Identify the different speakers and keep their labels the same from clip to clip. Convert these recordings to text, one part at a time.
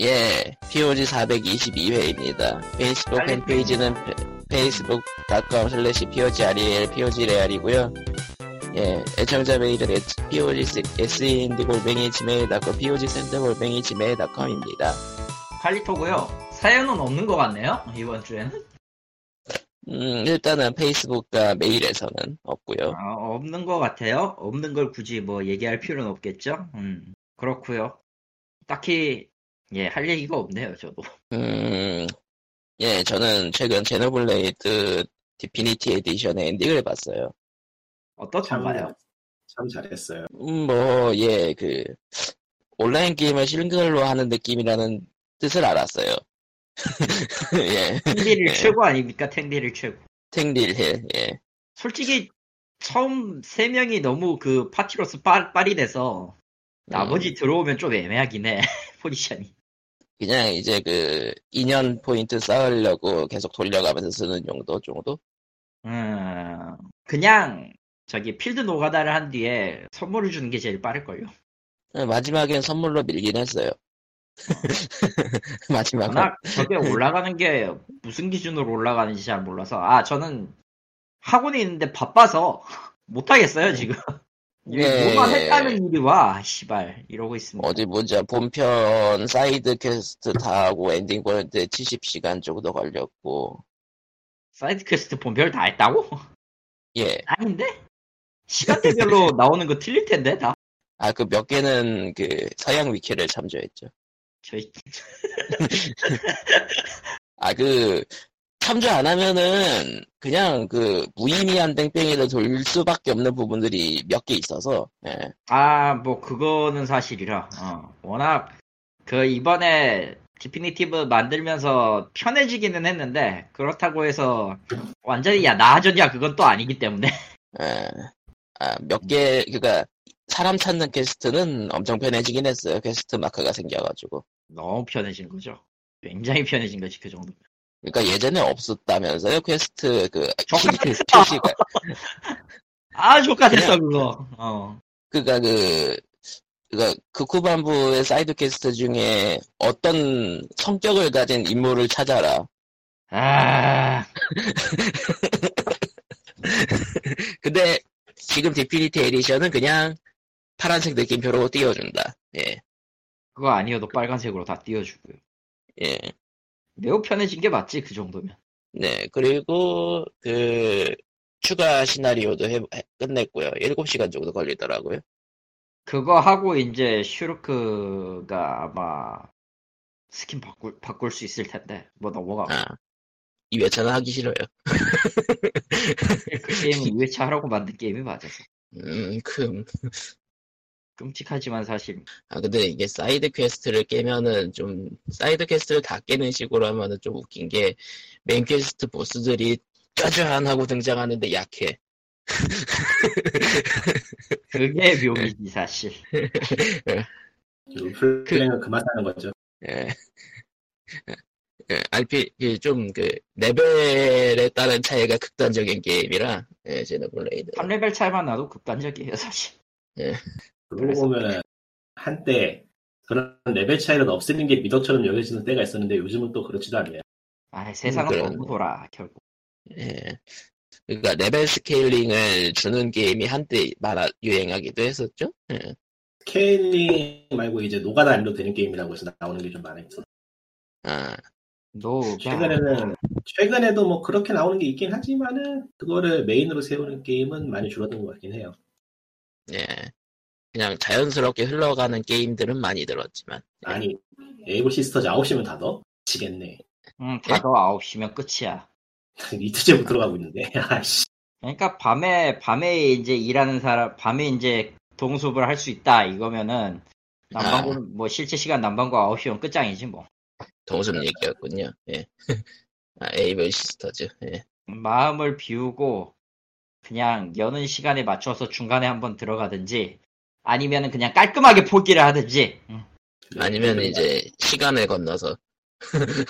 Speaker 1: 예, POG 422회입니다. 페이스북
Speaker 2: 알림.
Speaker 1: 팬페이지는 facebook.com slash POGREL, POGREAL이고요. 예, 애청자 메일은 POG E SEND골뱅이 지메일.com, POG 센터골뱅이 지메일.com입니다.
Speaker 2: 칼리토고요. 사연은 없는 것 같네요. 이번 주에는
Speaker 1: 음, 일단은 페이스북과 메일에서는 없고요.
Speaker 2: 아, 없는 것 같아요. 없는 걸 굳이 뭐 얘기할 필요는 없겠죠. 음, 그렇고요. 딱히 예 할 얘기가 없네요. 저도
Speaker 1: 음, 예, 저는 최근 제노블레이드 디피니티 에디션의 엔딩을 봤어요.
Speaker 2: 어떻던가요?
Speaker 3: 참 잘했어요.
Speaker 1: 음, 뭐, 예, 그, 온라인 게임을 싱글로 하는 느낌이라는 뜻을 알았어요. 예,
Speaker 2: 텐딜일 최고 아닙니까? 텐딜일 최고.
Speaker 1: 탱딜힐, 예.
Speaker 2: 솔직히 처음 세 명이 너무 그 파티로서 빨, 빨이 돼서 나머지 들어오면 좀 애매하긴 해 포지션이.
Speaker 1: 음, 그냥 이제 그, 인연 포인트 쌓으려고 계속 돌려가면서 쓰는 용도 정도?
Speaker 2: 음, 그냥 저기 필드 노가다를 한 뒤에 선물을 주는 게 제일 빠를걸요.
Speaker 1: 예, 마지막엔 선물로 밀긴 했어요. 마지막은.
Speaker 2: 워낙 저게 올라가는 게 무슨 기준으로 올라가는지 잘 몰라서 아 저는 학원에 있는데 바빠서 못 하겠어요
Speaker 1: 네.
Speaker 2: 지금
Speaker 1: 예.
Speaker 2: 뭐만 했다는 일이 와 씨발 이러고 있습니다
Speaker 1: 어디 보자. 본편 사이드 퀘스트 다 하고 엔딩 보는데 70시간 정도 걸렸고,
Speaker 2: 사이드 퀘스트 본별 다 했다고?
Speaker 1: 예.
Speaker 2: 아닌데? 시간대별로 나오는 거 틀릴 텐데 다
Speaker 1: 아, 그 몇 개는 그 서양 위키를 참조했죠.
Speaker 2: 저희
Speaker 1: 아, 그, 참조 안 하면은 그냥 그 무의미한 땡땡이를 돌릴 수밖에 없는 부분들이 몇 개 있어서, 예.
Speaker 2: 아 뭐 그거는 사실이라 어, 워낙 그 이번에 디피니티브 만들면서 편해지기는 했는데 그렇다고 해서 완전히 야 나아졌냐 그건 또 아니기 때문에
Speaker 1: 예. 아, 몇 개, 그니까 사람 찾는 퀘스트는 엄청 편해지긴 했어요. 퀘스트 마크가 생겨가지고.
Speaker 2: 너무 편해진 거죠. 굉장히 편해진 거지 그 정도.
Speaker 1: 그러니까 예전에 없었다면서요? 퀘스트 그
Speaker 2: 저까지
Speaker 1: 킬-
Speaker 2: 했다.
Speaker 1: 킬시가
Speaker 2: 아 조카됐어 그거. 어.
Speaker 1: 그니까 그, 그니까 극후반부의 사이드 퀘스트 중에 어떤 성격을 가진 인물을 찾아라.
Speaker 2: 아
Speaker 1: 근데 지금 디피니티 에디션은 그냥 파란색 느낌표로 띄워준다. 예,
Speaker 2: 그거 아니어도 빨간색으로 다 띄워주고요.
Speaker 1: 예,
Speaker 2: 매우 편해진 게 맞지 그 정도면.
Speaker 1: 네. 그리고 그 추가 시나리오도 해, 해- 끝냈고요. 7시간 정도 걸리더라고요.
Speaker 2: 그거 하고 이제 슈르크가 아마 스킨 바꿀 바꿀 수 있을 텐데 뭐 넘어가.
Speaker 1: 아, 이 외차는 하기 싫어요.
Speaker 2: 그 게임은 2회차 하라고 만든 게임이 맞아서
Speaker 1: 음, 큼.
Speaker 2: 끔찍하지만 사실
Speaker 1: 아, 근데 이게 사이드 퀘스트를 깨면은 좀, 사이드 퀘스트를 다 깨는 식으로 하면은 좀 웃긴 게, 메인 퀘스트 보스들이 짜잔 하고 등장하는데 약해.
Speaker 2: 그게 묘미지 사실.
Speaker 3: 지금 플레이는 그만 사는 거죠.
Speaker 1: 예. 예, RP, 그 좀, 그, 레벨에 따른 차이가 극단적인 게임이라, 예, 제노블레이드.
Speaker 2: 3레벨 차이만 나도 극단적이에요 사실.
Speaker 3: 그러고
Speaker 1: 그래서.
Speaker 3: 보면은 한때 그런 레벨 차이는 없애는 게 미덕처럼 여겨지는 때가 있었는데 요즘은 또 그렇지도 않네요.
Speaker 2: 아 세상은
Speaker 1: 그런-
Speaker 2: 너무 돌아 결국.
Speaker 1: 예. 그러니까 레벨 스케일링을 주는 게임이 한때 많아, 유행하기도 했었죠? 예.
Speaker 3: 스케일링 말고 이제 노가다 안도 되는 게임이라고 해서 나오는 게 좀 많아있어.
Speaker 1: 아,
Speaker 2: 너
Speaker 3: 최근에는 최근에도 뭐 그렇게 나오는 게 있긴 하지만은 그거를 메인으로 세우는 게임은 많이 줄어든 것 같긴 해요.
Speaker 1: 예. 그냥 자연스럽게 흘러가는 게임들은 많이 들었지만. 예.
Speaker 3: 아니 에이블 시스터즈 9시면 다 넣어? 지겠네.
Speaker 2: 응, 음, 다도 9시면 끝이야.
Speaker 3: 이틀째 못 들어가고 있는데. 아씨.
Speaker 2: 그러니까 밤에, 밤에 이제 일하는 사람, 밤에 이제 동숲을 할 수 있다, 이거면은,
Speaker 1: 아,
Speaker 2: 남방구, 뭐, 실제 시간 남방구 9시면 끝장이지, 뭐.
Speaker 1: 동숲 얘기였군요. 예. 아, 에이블 시스터즈. 예.
Speaker 2: 마음을 비우고, 그냥 여는 시간에 맞춰서 중간에 한번 들어가든지, 아니면은 그냥 깔끔하게 포기를 하든지, 음, 응.
Speaker 1: 아니면 이제 시간을 건너서.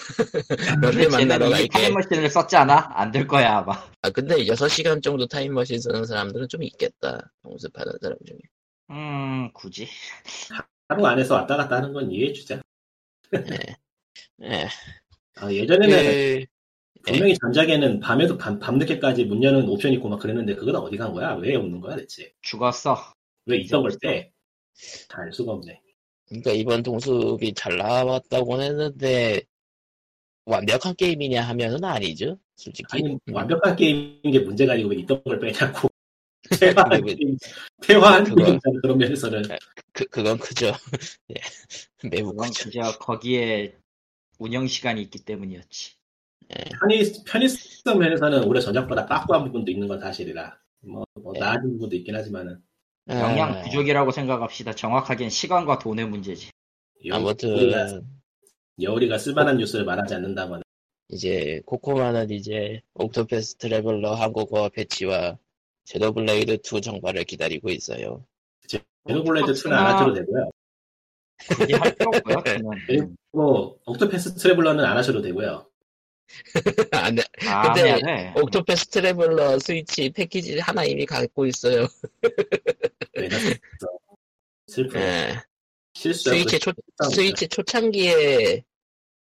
Speaker 1: 너를 만나러
Speaker 2: 쟤는
Speaker 1: 갈게.
Speaker 2: 이미 타임머신을 썼지 않아? 안 될 거야, 아마.
Speaker 1: 아, 근데 6시간 정도 타임머신 쓰는 사람들은 좀 있겠다. 동습하는 사람 중에.
Speaker 2: 음, 굳이.
Speaker 3: 하루 안에서 왔다 갔다 하는 건 이해해주자.
Speaker 1: 네. 예.
Speaker 3: 아, 예전에는
Speaker 1: 그,
Speaker 3: 분명히 전작에는 밤에도 밤, 밤늦게까지 문 여는 옵션 있고 막 그랬는데 그건 어디 간 거야? 왜 없는 거야 대체?
Speaker 2: 죽었어.
Speaker 3: 왜 있던 걸 때? 다 알 수가 없네.
Speaker 1: 그러니까 이번 동숲이 잘 나왔다고 했는데 완벽한 게임이냐 하면은 아니죠, 솔직히.
Speaker 3: 아니
Speaker 1: 음.
Speaker 3: 완벽한 게임인 게 문제가 아니고 왜 있던 걸 빼냐고. 대화한
Speaker 1: 그게
Speaker 3: 게임, 대화한
Speaker 1: 그거-
Speaker 3: 게임이잖아 그런 면에서는.
Speaker 1: 그 그건 크죠. 예, 매우
Speaker 2: 그건
Speaker 1: 크죠.
Speaker 2: 진짜 거기에 운영 시간이 있기 때문이었지.
Speaker 3: 편의, 편의성 면에서는 올해 전작보다 빠꾸한 부분도 있는 건 사실이라. 뭐, 뭐
Speaker 1: 네.
Speaker 3: 나아진 부분도 있긴 하지만은.
Speaker 2: 영양
Speaker 1: 아,
Speaker 2: 부족이라고 생각합시다. 정확하게는 시간과 돈의 문제지.
Speaker 3: 여- 우리가-
Speaker 1: 아무튼
Speaker 3: 여우리가 쓸만한 뉴스를 말하지 않는다면
Speaker 1: 이제 코코마는 이제 옥토패스 트래블러 한국어 패치와 제더 블레이드 2 정발을 기다리고 있어요.
Speaker 3: 베노블레이드 2는 안 하셔도 되고요.
Speaker 2: 그게 할 필요 없고요.
Speaker 1: 네.
Speaker 2: 네.
Speaker 3: 예?
Speaker 1: 음.
Speaker 2: 저는.
Speaker 3: 뭐 옥토패스 트래블러는 안 하셔도 되고요.
Speaker 1: 안 돼.
Speaker 2: 아,
Speaker 1: 근데
Speaker 2: 안 해.
Speaker 1: 옥토패스 트래블러 스위치 패키지 하나 이미 갖고 있어요.
Speaker 3: 내가 슬프.
Speaker 1: 예.
Speaker 3: 실수.
Speaker 1: 스위치 초
Speaker 3: 네.
Speaker 1: 스위치 초창기에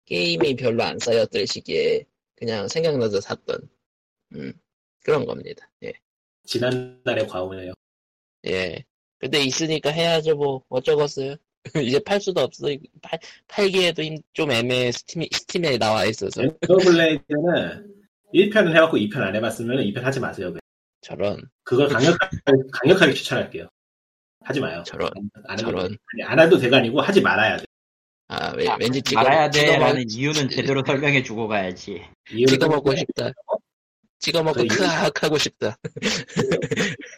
Speaker 1: 게임이 별로 안 쌓였던 시기에 그냥 생각나서 샀던 음, 그런 겁니다. 예.
Speaker 3: 지난달에 과오네요.
Speaker 1: 예. 근데 있으니까 해야죠 뭐 어쩌겠어요. 이제 팔 수도 없어. 팔, 팔기에도 힘- 좀 애매해. 스팀이, 스팀에 나와 있어서.
Speaker 3: 베노블레이드는 1편은 해갖고 2편 안 해봤으면 2편 하지 마세요. 그냥.
Speaker 1: 저런,
Speaker 3: 그걸 강력하게, 강력하게 추천할게요. 하지 마요.
Speaker 1: 저런,
Speaker 3: 안 해도,
Speaker 1: 저런.
Speaker 3: 아니, 안 해도 되가 아니고 하지 말아야 돼.
Speaker 1: 아, 왜- 왠지 찍어,
Speaker 2: 알아야
Speaker 1: 찍어먹,
Speaker 2: 돼라는 이유는 제대로 설명해 주고 가야지.
Speaker 3: 이유는
Speaker 1: 찍어먹고 싶다. 찍어먹고
Speaker 2: 그
Speaker 3: 저희-
Speaker 1: 크악 하고 싶다.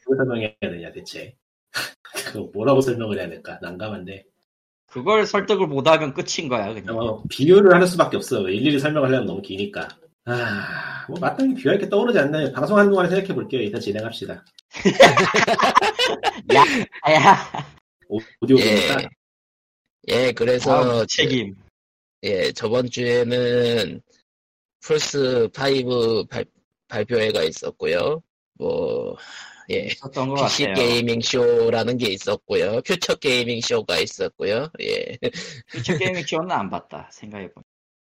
Speaker 3: 뭘 설명해야 되냐 대체. 그거 뭐라고 설명을 해야 될까? 난감한데.
Speaker 2: 그걸 설득을 못하면 끝인 거야 그냥.
Speaker 3: 어, 비유를 하는 수밖에 없어. 일일이 설명하려면 너무 기니까. 아, 뭐 마땅히 비유할게 떠오르지 않나요? 방송하는 동안에 생각해 볼게요. 일단 진행합시다.
Speaker 2: 아야.
Speaker 3: 오- 오디오 보니까
Speaker 1: 예. 예, 그래서,
Speaker 2: 아, 책임.
Speaker 1: 예, 저번 주에는 플스 5 발, 발표회가 있었고요. 뭐, 예.
Speaker 2: 있었던 것
Speaker 1: PC
Speaker 2: 같아요.
Speaker 1: 게이밍 쇼라는 게 있었고요. 퓨처 게이밍 쇼가 있었고요. 예.
Speaker 2: 퓨처 게이밍 지원은 안 봤다 생각해 보면.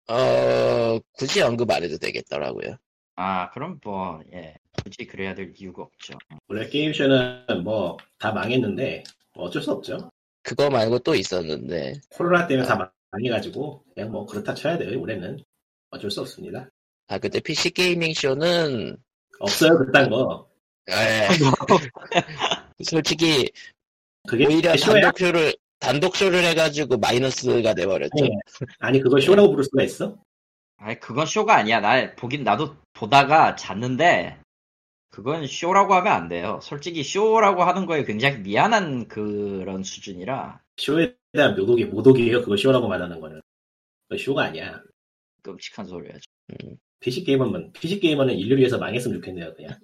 Speaker 1: 어, 굳이 언급 안 해도 되겠더라고요.
Speaker 2: 아 그럼 뭐 예. 굳이 그래야 될 이유가 없죠.
Speaker 3: 원래 게임쇼는 뭐 다 망했는데 뭐 어쩔 수 없죠.
Speaker 1: 그거 말고 또 있었는데,
Speaker 3: 코로나 때문에 다 망- 망해가지고 그냥 뭐 그렇다 쳐야 돼요. 올해는 어쩔 수 없습니다.
Speaker 1: 아, 근데 PC 게이밍 쇼는,
Speaker 3: 없어요 그딴 거.
Speaker 1: 에, 솔직히,
Speaker 3: 그게
Speaker 1: 오히려
Speaker 3: 쇼야?
Speaker 1: 단독쇼를, 단독쇼를 해가지고 마이너스가 돼버렸죠.
Speaker 3: 네. 아니 그걸 쇼라고 부를 수가 있어?
Speaker 2: 아니 그건 쇼가 아니야. 나 보긴 나도 보다가 잤는데 그건 쇼라고 하면 안 돼요. 솔직히 쇼라고 하는 거에 굉장히 미안한 그런 수준이라
Speaker 3: 쇼에 대한 묘독이 모독이에요. 그걸 쇼라고 말하는 거는. 그 쇼가 아니야.
Speaker 2: 끔찍한 소리야.
Speaker 3: PC 게이머는 PC 게이머는 인류 위해서 망했으면 좋겠네요. 그냥.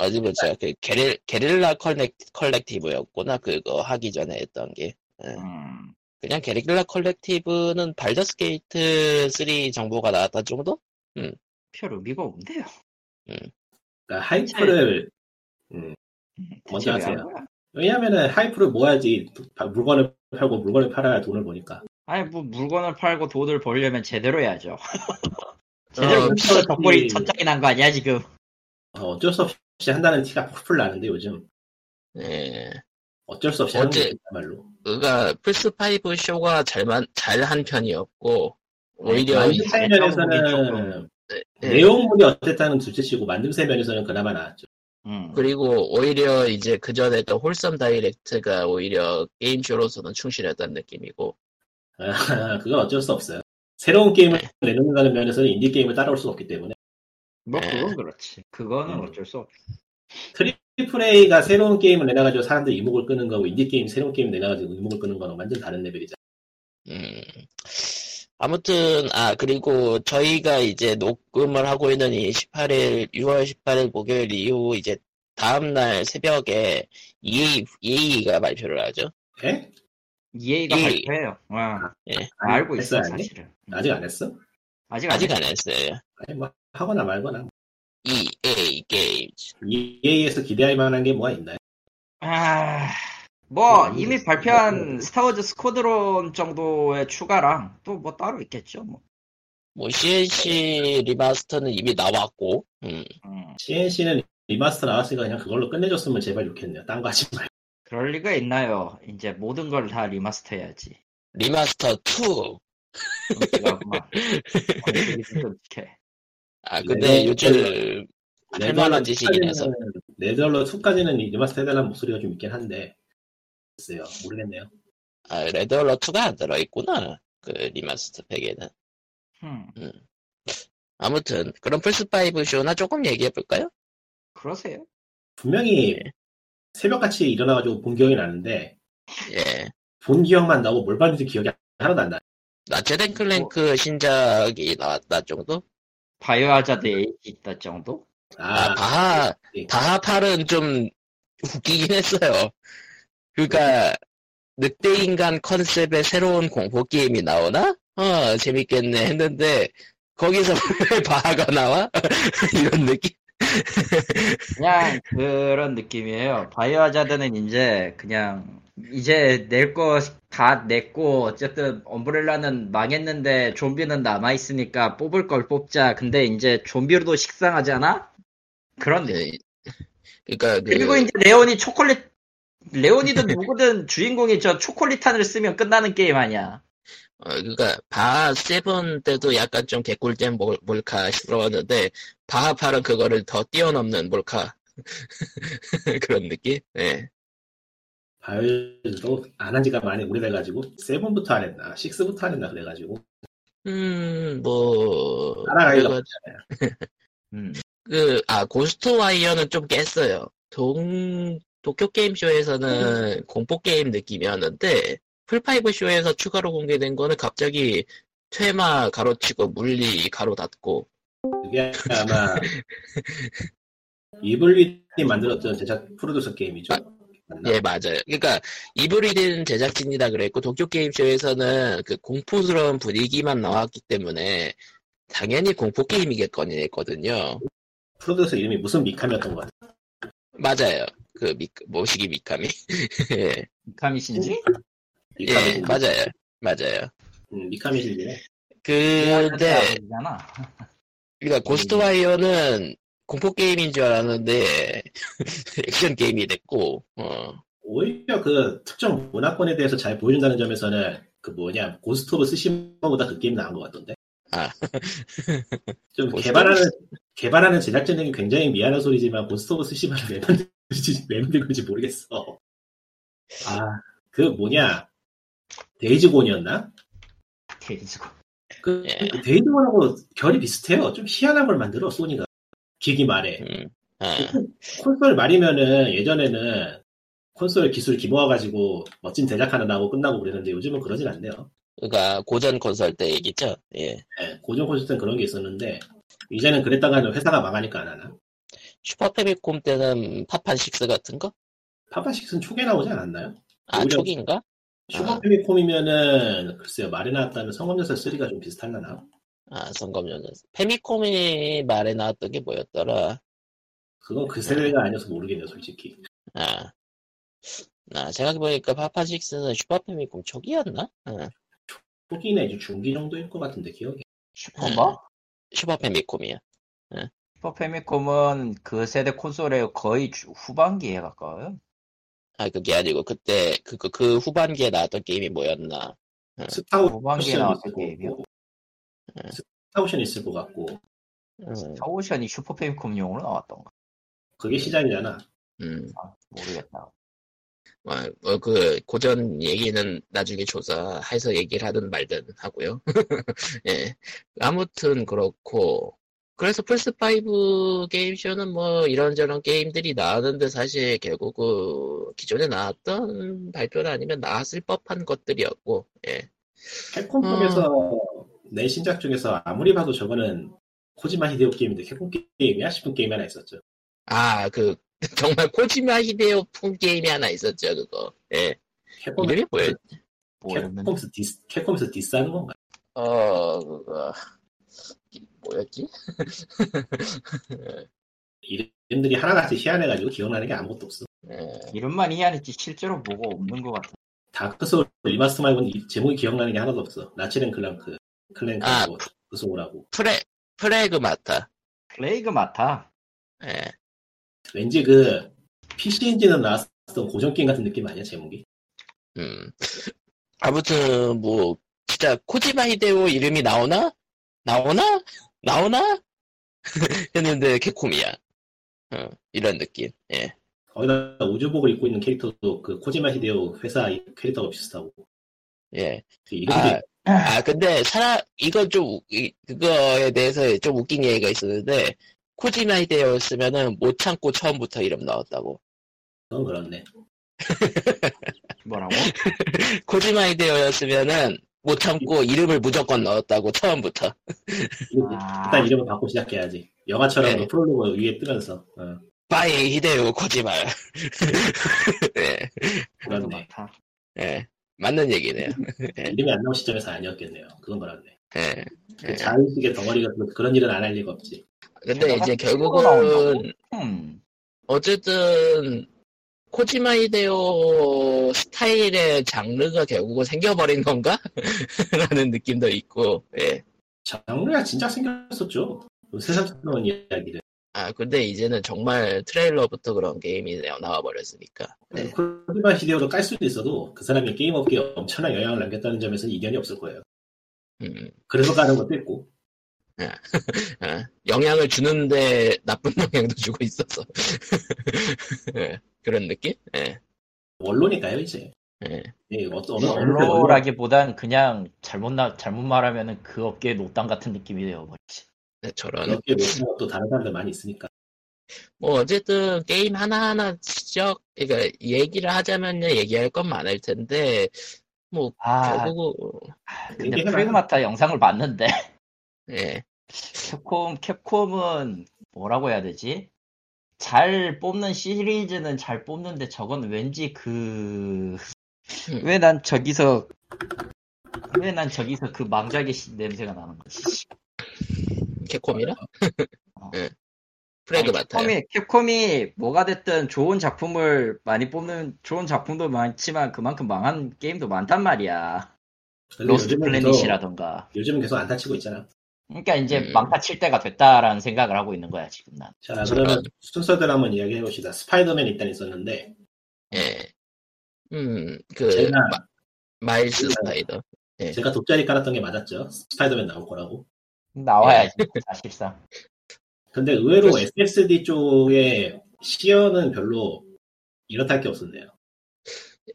Speaker 1: 어디 보자. 그, 게릴, 게릴라 컬렉, 컬렉티브였구나. 그거 하기 전에 했던 게.
Speaker 2: 음,
Speaker 1: 그냥 게릴라 컬렉티브는 발더스 게이트 3 정보가 나왔다 정도?
Speaker 2: 별 의미가 없네요.
Speaker 3: 그러니까 하이프를 음,
Speaker 2: 대체
Speaker 3: 먼저
Speaker 2: 왜
Speaker 3: 하세요.
Speaker 2: 한 거야?
Speaker 3: 왜냐면은 하이프를 모아야지 바- 물건을 팔고 물건을 팔아야 돈을 버니까
Speaker 2: 아니 뭐 물건을 팔고 돈을 벌려면 제대로 해야죠. 제대로
Speaker 1: 어,
Speaker 2: 어,
Speaker 3: 그렇지.
Speaker 2: 덕골이 천장이 난 거 아니야 지금?
Speaker 3: 어, 어쩔 수 없이 한다는 티가 풀풀 나는데 요즘
Speaker 1: 예.
Speaker 3: 어쩔 수 없이 하는
Speaker 1: 어째-
Speaker 3: 거말로
Speaker 1: 그가 플스5 쇼가 잘만, 잘한 편이었고,
Speaker 3: 예,
Speaker 1: 오히려,
Speaker 2: 아니,
Speaker 1: 이-
Speaker 2: 이제
Speaker 3: 만듦새
Speaker 2: 조금,
Speaker 3: 면에서는 네,
Speaker 1: 예.
Speaker 3: 내용물이 어쨌다는 둘째치고 만듦새 면에서는 그나마 나았죠.
Speaker 2: 음.
Speaker 1: 그리고 오히려 이제 그 전에 그 홀썸 다이렉트가 오히려 게임쇼로서는 충실했다는 느낌이고,
Speaker 3: 아, 그건 어쩔 수 없어요. 새로운 게임을 내놓는다는 면에서는 인디 게임을 따라올 수 없기 때문에
Speaker 2: 뭐 그건 그렇지. 그거는
Speaker 3: 음.
Speaker 2: 어쩔 수 없.
Speaker 3: 트리플 A가 새로운 게임을 내놔가지고 사람들 이목을 끄는 거고 인디 게임 새로운 게임 내놔가지고 이목을 끄는 거는 완전 다른 레벨이죠.
Speaker 1: 음. 아무튼, 아, 그리고 저희가 이제 녹음을 하고 있는 이 18일, 6월 18일 목요일 이후 이제 다음날 새벽에 EA, EA가 발표를 하죠.
Speaker 3: 예?
Speaker 2: EA가
Speaker 1: EA.
Speaker 2: 발표해요. 와,
Speaker 3: 아니,
Speaker 2: 알고 있어
Speaker 3: 했어요, 아니?
Speaker 2: 사실은. 음.
Speaker 3: 아직 안 했어? 네.
Speaker 2: 아직 안
Speaker 1: 아직
Speaker 2: 했어.
Speaker 1: 안 했어요.
Speaker 3: 아니 뭐 하거나 말거나
Speaker 1: EA 게임즈.
Speaker 3: EA에서 기대할 만한 게 뭐가 있나요?
Speaker 2: 아, 뭐
Speaker 3: 음,
Speaker 2: 이미
Speaker 3: 음.
Speaker 2: 발표한 스타워즈 스쿼드론 정도의 추가랑 또 뭐 따로 있겠죠 뭐.
Speaker 1: 뭐 CNC 리마스터는 이미 나왔고 음,
Speaker 2: 음,
Speaker 3: CNC는 리마스터 나왔으니까 그냥 그걸로 끝내줬으면 제발 좋겠네요. 딴 거 하지 말고.
Speaker 2: 그럴 리가 있나요? 이제 모든 걸 다 리마스터해야지.
Speaker 1: 리마스터 2.
Speaker 2: 끔찍하구만. 끔찍이 좀 끔찍해.
Speaker 1: 아 근데
Speaker 3: 네,
Speaker 1: 요즘 할 만한
Speaker 3: 레드얼러
Speaker 1: 짓이라서
Speaker 3: 2까지는- 레드얼러 2까지는 이 리마스터 해달라는 목소리가 좀 있긴 한데 글쎄요. 모르겠네요.
Speaker 1: 아, 레드얼러 2가 안 들어있구나 그 리마스터 팩에는.
Speaker 2: 음,
Speaker 1: 아무튼 그럼 플스 5 쇼나 조금 얘기해 볼까요?
Speaker 2: 그러세요?
Speaker 3: 분명히
Speaker 1: 네.
Speaker 3: 새벽같이 일어나가지고 본 기억이 나는데
Speaker 1: 예.
Speaker 3: 본 기억만 나고 뭘 봤는지 기억이 하나도 안 나.
Speaker 1: 나체덴 클랭크 신작이 나왔다 정도?
Speaker 2: 바이오하자드 에이 있다 정도?
Speaker 1: 아,
Speaker 3: 아,
Speaker 1: 바하,
Speaker 3: 예.
Speaker 1: 바하 팔은 좀 웃기긴 했어요. 그러니까 늑대 인간 컨셉의 새로운 공포 게임이 나오나? 어, 재밌겠네 했는데 거기서 왜 바하가 나와? 이런 느낌?
Speaker 2: 그냥 그런 느낌이에요. 바이오하자드는 이제 그냥 이제 낼 거 다 냈고 어쨌든 엄브렐라는 망했는데 좀비는 남아 있으니까 뽑을 걸 뽑자. 근데 이제 좀비로도 식상하잖아. 그런 느낌.
Speaker 1: 네. 그러니까 그-
Speaker 2: 그리고 이제 레온이 초콜릿 레온이든 누구든 주인공이 저 초콜릿 탄을 쓰면 끝나는 게임 아니야.
Speaker 1: 어, 그러니까 바하 세븐 때도 약간 좀 개꿀잼 몰, 몰카 싶었는데 바하 팔은 그거를 더 뛰어넘는 몰카 그런 느낌? 예.
Speaker 3: 바이오도 안 한 지가 많이 오래돼가지고 세븐부터 안 했나, 식스부터 안 했나 그래가지고
Speaker 1: 음, 뭐
Speaker 3: 따라가기가
Speaker 1: 그래가-
Speaker 2: 음.
Speaker 1: 그, 아, 고스트 와이어는 좀 깼어요. 동, 도쿄
Speaker 3: 음.
Speaker 1: 게임쇼에서는 공포 게임 느낌이었는데, 풀파이브 쇼에서 추가로 공개된 거는 갑자기 퇴마 가로치고 물리 가로 닫고,
Speaker 3: 그게 아마 이블리이 만들었던 제작 프로듀서 게임이죠. 맞나?
Speaker 1: 예, 맞아요. 그러니까, 이브리딘 제작진이라 그랬고, 도쿄 게임쇼에서는 그 공포스러운 분위기만 나왔기 때문에, 당연히 공포 게임이겠거니 했거든요.
Speaker 3: 프로듀서 이름이 무슨 미카미였던 것 같아.
Speaker 1: 맞아요. 그, 미, 모시기 미카미. 예,
Speaker 2: 감이신지?
Speaker 3: 미카미
Speaker 1: 예,
Speaker 3: 실
Speaker 1: 맞아요. 맞아요.
Speaker 3: 음, 미카미 실이네.
Speaker 1: 근데
Speaker 2: 아니잖아.
Speaker 1: 그러니까
Speaker 3: 음.
Speaker 1: 고스트와이어는 공포 게임인 줄 알았는데 액션 게임이 됐고 어.
Speaker 3: 오히려 그 특정 문화권에 대해서 잘 보여준다는 점에서는 그 뭐냐 고스트 오브 스시마보다 그 게임 나은 것 같던데.
Speaker 1: 아.
Speaker 3: 좀
Speaker 1: 고스트
Speaker 3: 개발하는 개발하는 제작진에게 굉장히 미안한 소리지만 고스트 오브 스시마를 왜 만들지 왜 만들지 모르겠어. 아 그 뭐냐 데이즈곤이었나?
Speaker 2: 데이지고.
Speaker 3: 그
Speaker 1: 예.
Speaker 3: 데이즈곤하고 결이 비슷해요. 좀 희한한 걸 만들어 소니가 기기 말에.
Speaker 1: 음. 아,
Speaker 3: 콘솔 말이면은 예전에는 콘솔 기술 기모아가지고 멋진 대작 하나 나오고 끝나고 그랬는데 요즘은 그러진 않네요.
Speaker 1: 그러니까 고전 콘솔 때 얘기죠. 예.
Speaker 3: 예, 고전 콘솔 때는 그런 게 있었는데 이제는 그랬다가는 회사가 망하니까 안 하나?
Speaker 1: 슈퍼 페미콤 때는 파판 6 같은 거?
Speaker 3: 파파식스는 초기에 나오지 않았나요?
Speaker 1: 아
Speaker 3: 오히려-
Speaker 1: 초기인가?
Speaker 3: 슈퍼 페미콤이면은 글쎄요 말에 나왔다는 성검여사 3가 좀 비슷하려나?
Speaker 1: 아 성검전자 페미콤이 말에 나왔던 게 뭐였더라?
Speaker 3: 그건 그 세대가 아니어서 모르겠네요 솔직히.
Speaker 1: 아, 아 생각해보니까 파판 6는 슈퍼 페미콤 초기였나? 아,
Speaker 3: 초기나 이제 중기 정도일 것 같은데 기억이.
Speaker 2: 슈퍼버?
Speaker 1: 슈퍼 페미콤이야.
Speaker 2: 슈퍼 페미콤은 뭐 그 세대 콘솔의 거의 주- 후반기에 가까워요.
Speaker 1: 아 그게 아니고 그때 그그 그 후반기에 나왔던 게임이 뭐였나?
Speaker 2: 후반기에
Speaker 3: 스타오션
Speaker 2: 나왔던
Speaker 3: 있을 것
Speaker 2: 게임이요?
Speaker 3: 같고. 스타오션 있을 것 같고
Speaker 1: 음,
Speaker 2: 타오션이 슈퍼 페미콤용으로 나왔던가?
Speaker 3: 그게 시작이잖아.
Speaker 1: 음.
Speaker 2: 모르겠다.
Speaker 1: 아, 어, 그 고전 얘기는 나중에 조사해서 얘기를 하든 말든 하고요. 예. 아무튼 그렇고 그래서 플스 5 게임쇼는 뭐 이런저런 게임들이 나왔는데 사실 결국 은 기존에 나왔던 발표나 아니면 나왔을 법한 것들이었고 예.
Speaker 3: 캡콤 쪽에서 내 신작 중에서 아무리 봐도 저거는 코지마 히데오 게임인데 캡콤 게임이야 싶은 게임이 하나 있었죠.
Speaker 1: 아, 그 정말 코지마 히데오풍 게임이 하나 있었죠, 그거. 예.
Speaker 3: 캡콤
Speaker 1: 이름이 뭐예요?
Speaker 2: 모르겠는데.
Speaker 3: 캡콤스 디스 캡콤스 디스하는 건가?
Speaker 1: 어, 그거 뭐였지?
Speaker 3: 이름들이 하나같이 희한해가지고 기억나는 게 아무것도 없어.
Speaker 1: 예.
Speaker 2: 이름만 이해하는지 실제로 뭐가 없는 것 같아.
Speaker 3: 다크소울 리마스터 말고는 이- 제목이 기억나는 게 하나도 없어. 나치랭 클랑크,
Speaker 1: 아,
Speaker 3: 클랭크하고 다크소울하고.
Speaker 1: 프레 프레그 마타.
Speaker 2: 플레이그 마타.
Speaker 1: 예.
Speaker 3: 왠지 그 PC 엔진은 나왔던 고전 게임 같은 느낌 아니야 제목이?
Speaker 1: 음. 아무튼 뭐 진짜 코지마 히데오 이름이 나오나? 나오나? 나오나? 했는데 캐콤이야. 어, 이런 느낌. 예.
Speaker 3: 거기다 우주복을 입고 있는 캐릭터도 그 코지마 히데오 회사 이- 캐릭터가 비슷하고
Speaker 1: 예.
Speaker 3: 그 이름도
Speaker 1: 아, 아 근데 사람 이건 좀 우- 이- 그거에 대해서 좀 웃긴 얘기가 있었는데 코지마 히데오였으면은 못 참고 처음부터 이름 넣었다고.
Speaker 3: 그건 그렇네.
Speaker 2: 뭐라고?
Speaker 1: 코지마 히데오였으면은 못 참고 이름을 무조건 넣었다고 처음부터.
Speaker 3: 이거
Speaker 2: 아,
Speaker 3: 일단 이름을 바꿔 시작해야지. 영화처럼
Speaker 1: 네.
Speaker 3: 프롤로그 위에 뜨면서
Speaker 2: 네.
Speaker 3: 어,
Speaker 1: 바이 히데오 코지마. 예.
Speaker 2: 플레이그
Speaker 3: 그렇네.
Speaker 2: 마타.
Speaker 1: 예. 맞는 얘기네요.
Speaker 3: 이름이 안 나온 시점에서 아니었겠네요. 그건 그렇네.
Speaker 1: 예. 예.
Speaker 3: 그 자의식의 덩어리가 그- 그런 일은 안 할 리가 없지.
Speaker 1: 근데 이제
Speaker 2: 새로 나온다고?
Speaker 1: 결국은
Speaker 2: 음,
Speaker 1: 어쨌든 코지마 히데오 스타일의 장르가 결국은 생겨버린 건가? 라는 느낌도 있고 예.
Speaker 3: 장르가 진짜 생겼었죠. 그 세상스러운 이야기를.
Speaker 1: 아 근데 이제는 정말 트레일러부터 그런 게임이 나- 나와버렸으니까 네.
Speaker 3: 코지마 히데오도 깔 수도 있어도 그 사람이 게임 업계에 엄청난 영향을 남겼다는 점에서는 이견이 없을 거예요.
Speaker 1: 음,
Speaker 3: 그래서 까는 것도 있고.
Speaker 1: 아, 영향을 주는데 나쁜 영향도 주고 있어서 예, 그런 느낌? 예,
Speaker 3: 원로니까요 이제.
Speaker 1: 예.
Speaker 3: 예, 어떤 어느 원로
Speaker 2: 원로라기보단 그냥 잘못 나 잘못 말하면은 그 업계의 노땅 같은 느낌이 되어버리지.
Speaker 1: 네, 저런
Speaker 3: 그렇게 못하는 것도 다른 사람들 많이 있으니까.
Speaker 1: 뭐 어쨌든 게임 하나하나 지적 그러니까 얘기를 하자면 얘기할 건 많을 텐데 뭐
Speaker 2: 아,
Speaker 1: 결국은
Speaker 2: 근데
Speaker 3: 그러니까
Speaker 2: 플레이그 마타 영상을 봤는데
Speaker 1: 예
Speaker 2: 캡콤 캡콤은 뭐라고 해야 되지? 잘 뽑는 시리즈는 잘 뽑는데 저건 왠지 그
Speaker 1: 음.
Speaker 2: 왜 난 저기서 왜 난 저기서 그 망작의 시- 냄새가 나는 거지?
Speaker 1: 캐콤이라
Speaker 2: 어.
Speaker 1: 예 프레그 맡아요
Speaker 2: 캡콤이 캡콤이 뭐가 됐든 좋은 작품을 많이 뽑는 좋은 작품도 많지만 그만큼 망한 게임도 많단 말이야.
Speaker 3: 근데
Speaker 2: 로스트
Speaker 3: 요즘은
Speaker 2: 플래닛이라던가.
Speaker 3: 계속- 요즘은 계속 안 다치고 있잖아.
Speaker 2: 그러니까 이제
Speaker 1: 음.
Speaker 2: 망타 칠 때가 됐다라는 생각을 하고 있는 거야 지금 난.
Speaker 3: 자,
Speaker 1: 잠깐.
Speaker 3: 그러면 순서대로 한번 이야기해 봅시다. 스파이더맨 일단 있었는데
Speaker 1: 예. 예음그
Speaker 3: 제가- 그
Speaker 1: 마일스
Speaker 3: 제가-
Speaker 1: 스파이더 네.
Speaker 3: 제가 독자리 깔았던 게 맞았죠. 스파이더맨 나올 거라고.
Speaker 2: 나와야지 사실상.
Speaker 3: 근데 의외로
Speaker 1: 그렇지.
Speaker 3: SSD 쪽에 시연은 별로 이렇다 할 게 없었네요.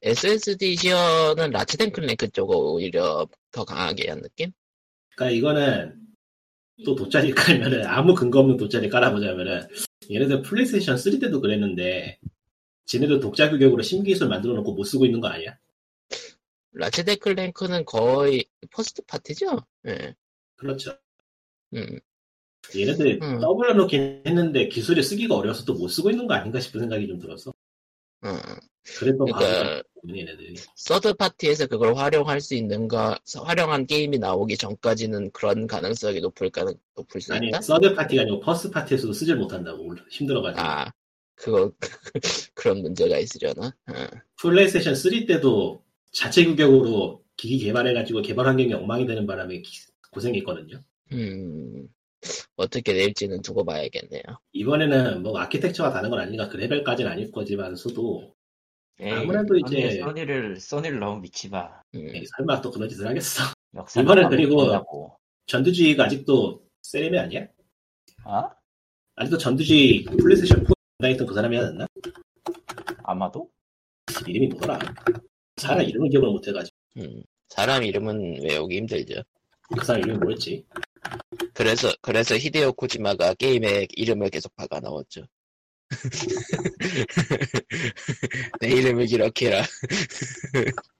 Speaker 1: SSD 시어는 라치덴 클랭크 쪽을 오히려 더 강하게 한 느낌?
Speaker 3: 그러니까 이거는 또 돗자리 깔면은 아무 근거 없는 돗자리 깔아보자면은 얘네들 플레이스테이션 3 때도 그랬는데 지네들 독자 규격으로 신기술 만들어 놓고 못 쓰고 있는 거 아니야?
Speaker 1: 라치덴 클랭크는 거의 퍼스트 파티죠? 예
Speaker 3: 그렇죠.
Speaker 1: 음.
Speaker 3: 얘네들
Speaker 1: 음.
Speaker 3: 더블로 놓긴 했는데 기술이 쓰기가 어려워서 또 못 쓰고 있는 거 아닌가 싶은 생각이 좀 들었어.
Speaker 1: 어.
Speaker 3: 그랬던 거
Speaker 1: 그러니까
Speaker 3: 같아요, 얘네들이.
Speaker 1: 서드 파티에서 그걸 활용할 수 있는가 활용한 게임이 나오기 전까지는 그런 가능성이 높을 가능 높을 수
Speaker 3: 아니
Speaker 1: 있다.
Speaker 3: 서드 파티가 아니고 퍼스트 파티에서도 쓰질 못한다고 물론 힘들어가지고
Speaker 1: 아 그거 그런 문제가 있으려나? 어.
Speaker 3: 플레이스테이션 3 때도 자체 규격으로 기기 개발해가지고 개발 환경이 엉망이 되는 바람에 기- 고생했거든요.
Speaker 1: 음 어떻게 될지는 두고 봐야겠네요.
Speaker 3: 이번에는 뭐 아키텍처가 다른 건 아니니까 그 레벨까지는 아닐 거지만서도
Speaker 2: 에이,
Speaker 3: 아무래도 이제-
Speaker 2: 소니- 소니를 소니를 너무 믿지마.
Speaker 1: 음,
Speaker 3: 에이, 설마 또 그런 짓을 하겠어?
Speaker 2: 역사
Speaker 3: 이번엔 그리고- 전두주의가 아직도 세레미 아니야?
Speaker 2: 아
Speaker 3: 아직도 전두주의 플레이스테이션 4 담당했던 그 사람이 하나 나
Speaker 2: 아마도
Speaker 3: 이름이 뭐더라? 사람 이름을 기억을 못해가지고
Speaker 1: 음. 사람 이름은 외우기 힘들죠.
Speaker 3: 그 사람 이름이 뭐였지?
Speaker 1: 그래서 그래서 히데오 코지마가 게임에 이름을 계속 박아 넣었죠. 내 이름을 기록해라.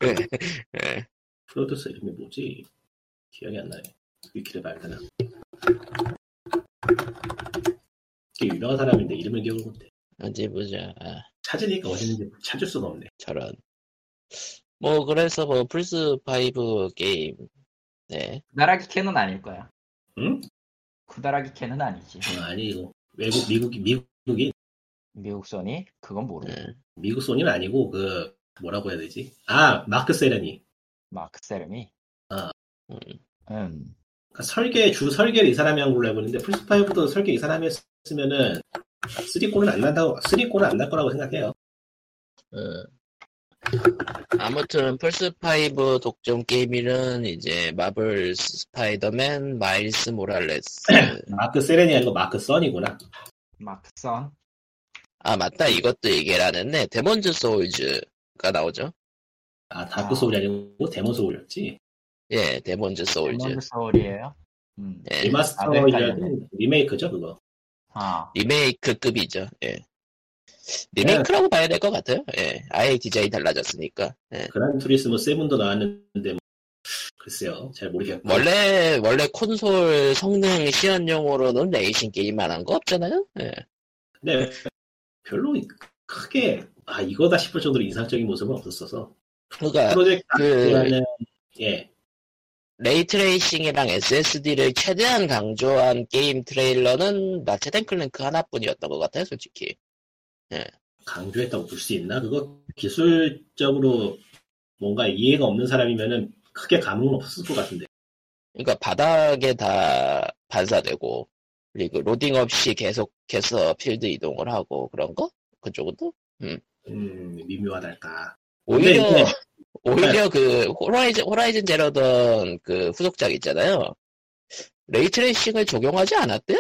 Speaker 1: 예, 예.
Speaker 3: 프로듀서 이름이 뭐지? 기억이 안 나네. 위키를 봐야 되나? 되게 유명한 사람인데 이름을 기억을 못해.
Speaker 1: 언제 보자. 아.
Speaker 3: 찾으니까 어딨는지 찾을 수가 없네.
Speaker 1: 저런. 뭐 그래서 뭐 플스 5 게임. 네.
Speaker 2: 구다라기 캔은 아닐 거야.
Speaker 3: 응?
Speaker 2: 구다라기 캔은 아니지.
Speaker 3: 어, 아니 이거 외국 미국 미국인
Speaker 2: 미국 소니? 그건 모르고.
Speaker 1: 음.
Speaker 3: 미국 소니는 아니고 그 뭐라고 해야 되지? 아 마크 세레니
Speaker 2: 마크 세름이.
Speaker 3: 아.
Speaker 1: 음.
Speaker 2: 음.
Speaker 3: 그러니까 설계 주 설계를 이 사람이 한 걸로 알고 있는데 플스5도 설계 이 사람이 했으면은 3골은 안 난다고 3골은 안 날 거라고 생각해요. 어,
Speaker 1: 음. 아무튼 플스5 독점 게임이는 이제 마블 스파이더맨 마일스 모랄레스
Speaker 3: 마크 세레니 아니고 마크 선이구나.
Speaker 2: 마크 선.
Speaker 1: 아 맞다 이것도 얘기라는데 데몬즈 소울즈가 나오죠
Speaker 3: 아 다크 소울이 아니고 데몬 소울이었지.
Speaker 1: 예 데몬즈 소울즈
Speaker 2: 엠먼드 서울이에요. 음.
Speaker 1: 예,
Speaker 3: 리마스터이라는 리메이크죠 그거.
Speaker 2: 아.
Speaker 1: 리메이크급이죠 예 리메이크라고 봐야 될 것 같아요 예 아예 디자인 달라졌으니까 예
Speaker 3: 그란 투리스모 세븐도 나왔는데 뭐, 글쎄요 잘 모르겠고.
Speaker 1: 원래 원래 콘솔 성능 시연용으로는 레이싱 게임만 한 거 없잖아요 예
Speaker 3: 근데 별로 크게 아 이거다 싶을 정도로 인상적인 모습은 없었어서
Speaker 1: 그러니까
Speaker 3: 프로젝트
Speaker 1: 그-
Speaker 3: 아크라는 예
Speaker 1: 레이트레이싱이랑 SSD를 최대한 강조한 게임 트레일러는 나체덴 클랭크 하나뿐이었던 것 같아요, 솔직히.
Speaker 3: 강조했다고 볼 수 있나 그거 기술적으로 뭔가 이해가 없는 사람이면은 크게 감흥은 없을 것 같은데
Speaker 1: 그러니까 바닥에 다 반사되고, 그리고 로딩 없이 계속해서 필드 이동을 하고 그런 거? 그쪽은도?
Speaker 3: 음 미묘하달까 근데
Speaker 1: 오히려,
Speaker 3: 이게
Speaker 1: 오히려 그 호라이즌, 호라이즌 제로던 그 후속작 있잖아요. 레이트레이싱을 적용하지 않았대요.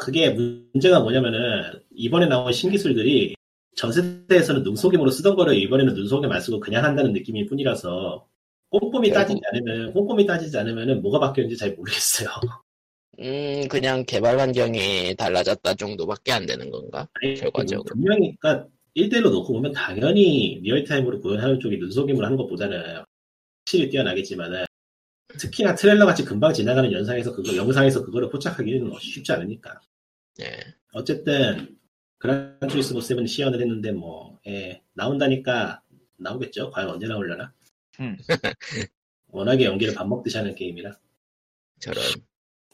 Speaker 3: 그게 문제가 뭐냐면은 이번에 나온 신기술들이 전 세대에서는 눈속임으로 쓰던 거를 이번에는 눈속임 안 쓰고 그냥 한다는 느낌일 뿐이라서 꼼꼼히
Speaker 1: 네.
Speaker 3: 따지지 않으면 꼼꼼히 따지지 않으면은 뭐가 바뀌었는지 잘 모르겠어요.
Speaker 1: 음, 그냥 개발 환경이 달라졌다 정도밖에 안 되는 건가?
Speaker 3: 아니,
Speaker 1: 결과적으로.
Speaker 3: 분명히, 그러니까 1대1로 놓고 보면 당연히 리얼타임으로 구현하는 쪽이 눈속임을 하는 것보다는 확실히 뛰어나겠지만은 특히나 트레일러 같이 금방 지나가는 영상에서 그거, 영상에서 그거를 포착하기는 쉽지 않으니까.
Speaker 1: 예.
Speaker 3: 어쨌든, 그란 투리스모 7 시연을 했는데 뭐, 예, 나온다니까 나오겠죠? 과연 언제 나오려나?
Speaker 2: 음.
Speaker 3: 워낙에 연기를 밥 먹듯이 하는 게임이라.
Speaker 1: 저런.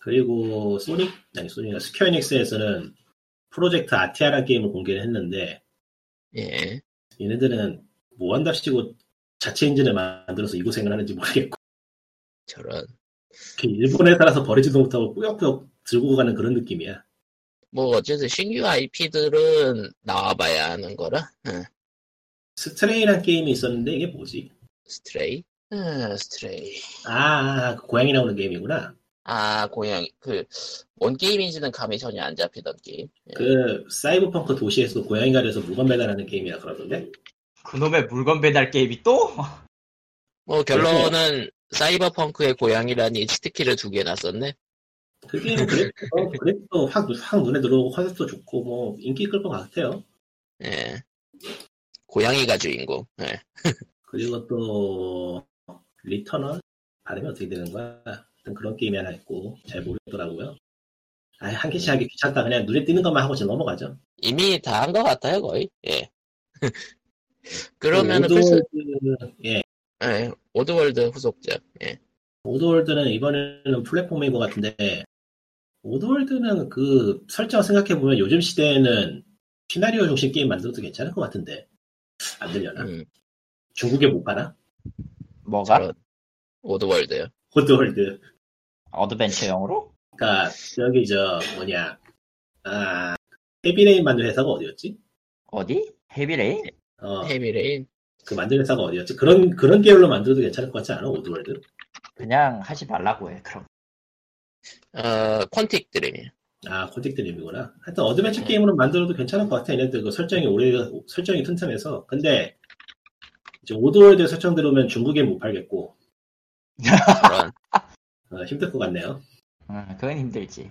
Speaker 3: 그리고 소닉 아니 소닉 스퀘어닉스에서는 프로젝트 아티아라는 게임을 공개를 했는데
Speaker 1: 예.
Speaker 3: 얘네들은 뭐 한답시고 자체 엔진을 만들어서 이 고생을 하는지 모르겠고
Speaker 1: 저런.
Speaker 3: 이렇게 일본에 따라서 버리지도 못하고 꾸역꾸역 들고 가는 그런 느낌이야.
Speaker 1: 뭐 어쨌든 신규 IP들은 나와봐야 하는 거라. 응.
Speaker 3: 스트레이란 게임이 있었는데 이게 뭐지?
Speaker 1: 스트레이. 응, 스트레이.
Speaker 3: 아, 그 고양이 나오는 게임이구나.
Speaker 1: 아 고양이 그 원 게임인지는 감이 전혀 안 잡히던 게임. 예.
Speaker 3: 그 사이버펑크 도시에서 고양이 가려서 물건 배달하는 게임이라 그러던데.
Speaker 2: 그놈의 물건 배달 게임이 또?
Speaker 1: 뭐 결론은 사이버펑크의 고양이라니 치트키를 두 개 놨었네.
Speaker 3: 그 게임은 그래도 그래도 확, 확 눈에 들어오고 컨셉도 좋고 뭐 인기 끌 것 같아요.
Speaker 1: 예. 고양이가 주인공. 예.
Speaker 3: 그리고 또 리터널 발음이 어떻게 되는 거야? 하여튼 그런 게임이 하나 있고 잘 모르겠더라고요. 아예 한 개씩 하기 귀찮다. 그냥 눈에 띄는 것만 하고 지금 넘어가죠.
Speaker 1: 이미 다 한 것 같아요 거의. 예. 그러면은
Speaker 3: 네, 오드월드,
Speaker 1: 플스
Speaker 3: 예,
Speaker 1: 예. 오드월드 후속작. 예.
Speaker 3: 오드월드는 이번에는 플랫폼인 것 같은데 오드월드는 그 설정 생각해 보면 요즘 시대에는 시나리오 중심 게임 만들어도 괜찮을 것 같은데 안 들려나?
Speaker 1: 음,
Speaker 3: 중국에 못 가나?
Speaker 2: 뭐가?
Speaker 1: 저런. 오드월드요.
Speaker 3: 오드월드.
Speaker 2: 어드벤처용으로?
Speaker 3: 그러니까 여기 저 뭐냐? 아 헤비레인 만든 회사가 어디였지?
Speaker 2: 어디? 헤비레인?
Speaker 3: 어,
Speaker 1: 네. 헤비레인.
Speaker 3: 그 만든 회사가 어디였지? 그런 그런 계열로 만들어도 괜찮을 것 같지 않아? 오드월드?
Speaker 2: 그냥 하지 말라고 해, 그럼.
Speaker 1: 어 퀀틱 드림이요.
Speaker 3: 아 콘택 드림이구나. 하여튼 어드벤처 게임으로 만들어도 괜찮을 것 같아. 얘네들 그 설정이 오래 설정이 튼튼해서. 근데 이제 오드월드 설정 들으면 중국에 못 팔겠고
Speaker 1: 저런.
Speaker 3: 어, 힘들 것 같네요.
Speaker 2: 응, 그건 힘들지.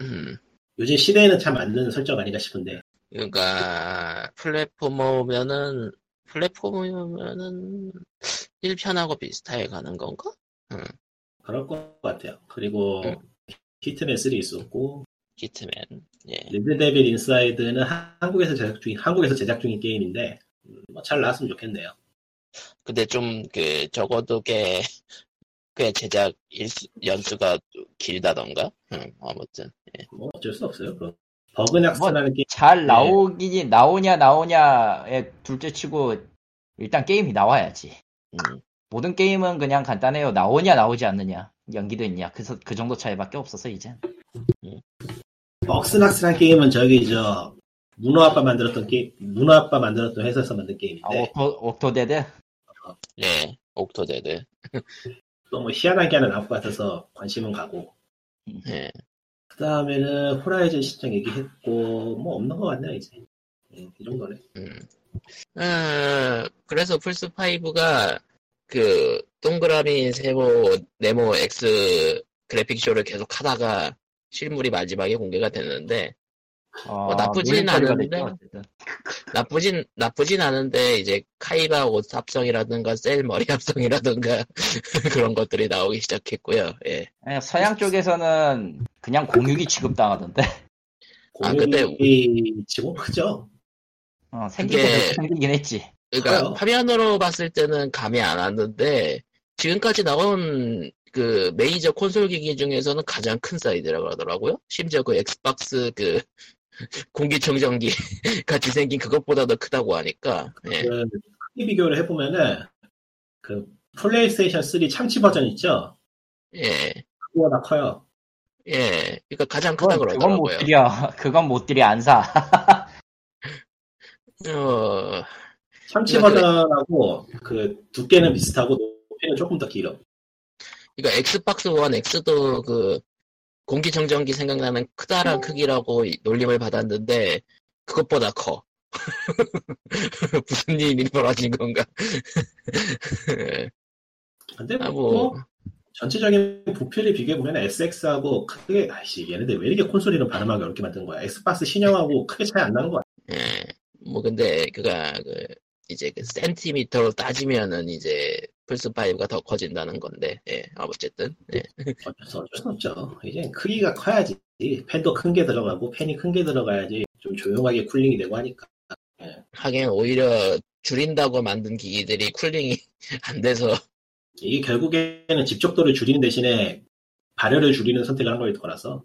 Speaker 1: 음.
Speaker 3: 요즘 시대에는 참 맞는 설정 아닌가 싶은데
Speaker 1: 그러니까 플랫포머면은 플랫포머면은 1편하고 비슷하게 가는 건가?
Speaker 3: 그럴 것 같아요. 그리고
Speaker 1: 응.
Speaker 3: 히트맨 3 있었고
Speaker 1: 히트맨. 예.
Speaker 3: 레드데빌 인사이드는 하- 한국에서 제작 중인 한국에서 제작 중인 게임인데 뭐 잘 나왔으면 좋겠네요.
Speaker 1: 근데 좀 그 적어도 꽤, 꽤 제작 일수, 연수가 길다던가? 음, 아무튼
Speaker 3: 뭐 어쩔 수 없어요. 그런 버그낙스라는
Speaker 1: 네.
Speaker 3: 게임
Speaker 2: 잘 나오기 나오냐 나오냐에 둘째 치고 일단 게임이 나와야지.
Speaker 1: 음.
Speaker 2: 모든 게임은 그냥 간단해요. 나오냐 나오지 않느냐 연기도 있냐 그래서 그 정도 차이밖에 없어서 이제
Speaker 3: 버그낙스라는 게임은 저기 저 문어 아빠 만들었던 게임 문어 아빠 만들었던 회사에서 만든 게임인데
Speaker 2: 아,
Speaker 1: 네.
Speaker 2: 옥토 옥토데드
Speaker 1: 예, 옥토데드.
Speaker 3: 너무 뭐 희한하게 하는 나올 것 같아서 관심은 가고
Speaker 1: 예.
Speaker 3: 그 다음에는 호라이즌 신청 얘기했고 뭐 없는 것 같네요 이제 음, 이 정도네
Speaker 1: 음. 아, 그래서 플스5가 그 동그라미 세모 네모 X 그래픽쇼를 계속 하다가 실물이 마지막에 공개가 됐는데
Speaker 2: 어,
Speaker 1: 뭐 나쁘진
Speaker 2: 놀림거리가
Speaker 1: 않은데.
Speaker 2: 됐죠, 어쨌든.
Speaker 1: 나쁘진 나쁘진 않은데 이제 카이바 옷 합성이라든가 셀 머리 합성이라든가 그런 것들이 나오기 시작했고요. 예.
Speaker 2: 예, 서양 쪽에서는 그냥 공유기 취급당하던데
Speaker 1: 아,
Speaker 3: 공유기 지금 크죠
Speaker 2: 어, 생긴
Speaker 1: 그게-
Speaker 2: 게 생기긴 했지.
Speaker 1: 그러니까
Speaker 3: 커요.
Speaker 1: 화면으로 봤을 때는 감이 안 왔는데 지금까지 나온 그 메이저 콘솔 기기 중에서는 가장 큰 사이즈라고 하더라고요. 심지어 그 엑스박스 그 공기청정기 같이 생긴 그것보다 더 크다고 하니까 예.
Speaker 3: 그 크게 비교를 해보면은 그 플레이스테이션 3 참치 버전 있죠
Speaker 1: 예.
Speaker 3: 그거보다 커요
Speaker 1: 예. 그러니까 가장 크다
Speaker 2: 그건, 그건 뭐 못
Speaker 1: 그러더라고요.
Speaker 2: 들여 그건 못 들여 안 사.
Speaker 1: 어,
Speaker 3: 참치
Speaker 1: 그러니까
Speaker 3: 버전하고 그 두께는 비슷하고 높이는 조금 더 길어
Speaker 1: 그러니까 엑스박스 원 X도 그 공기청정기 생각나는 크다란 크기라고 이- 놀림을 받았는데 그것보다 커. 무슨 일이 벌어진 건가?
Speaker 3: 근데
Speaker 1: 아,
Speaker 3: 뭐,
Speaker 1: 뭐.
Speaker 3: 전체적인 부피를 비교해보면 SX하고 크게 아이씨 얘네들 왜 이렇게 콘솔 이름 발음하기 어렵게 만든 거야 엑스박스 신형하고 크게 차이 안 나는 거야
Speaker 1: 예. 뭐 근데 그가 그 이제 그 센티미터로 따지면은 이제 플스 5가 더 커진다는 건데 예. 아, 어쨌든 예.
Speaker 3: 어쩔 수, 어쩔 수 없죠. 이제 크기가 커야지. 팬도 큰 게 들어가고, 팬이 큰 게 들어가야지. 좀 조용하게 쿨링이 되고 하니까.
Speaker 1: 하긴 오히려 줄인다고 만든 기기들이 쿨링이 안 돼서
Speaker 3: 이게 결국에는 집적도를 줄이는 대신에 발열을 줄이는 선택을 한 거라서,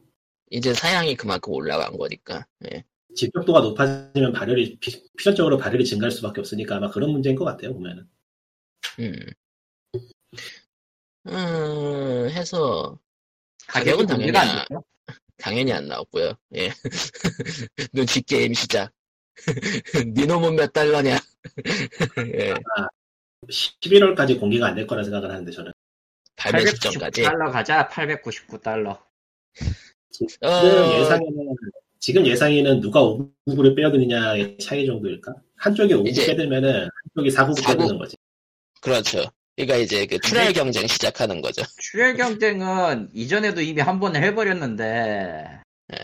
Speaker 1: 이제 사양이 그만큼 올라간 거니까 예.
Speaker 3: 집적도가 높아지면 발열이, 피- 필연적으로 발열이 증가할 수밖에 없으니까 아마 그런 문제인 것 같아요, 보면은.
Speaker 1: 음. 음, 해서 가격은
Speaker 2: 공개가 안
Speaker 1: 당연히 안-
Speaker 2: 됐죠.
Speaker 1: 당연히 안 나왔고요. 예. 눈치 게임 시작. 니놈은 몇 달러냐? 예.
Speaker 3: 11월까지 공개가 안 될 거라 생각을 하는데, 저는.
Speaker 1: 발매 시점까지.
Speaker 2: 899달러 가자 899달러.
Speaker 1: 어,
Speaker 3: 지금 예상에는, 지금 예상에는 누가 5국을 빼어드느냐의 차이 정도일까? 한쪽이 5국
Speaker 1: 이제-
Speaker 3: 빼들면은, 한쪽이 4국을
Speaker 1: 사국.
Speaker 3: 빼드는 거지.
Speaker 1: 그렇죠. 그러니까 이제 그 출혈 경쟁 시작하는 거죠.
Speaker 2: 출혈 경쟁은 이전에도 이미 한 번 해버렸는데
Speaker 1: 예.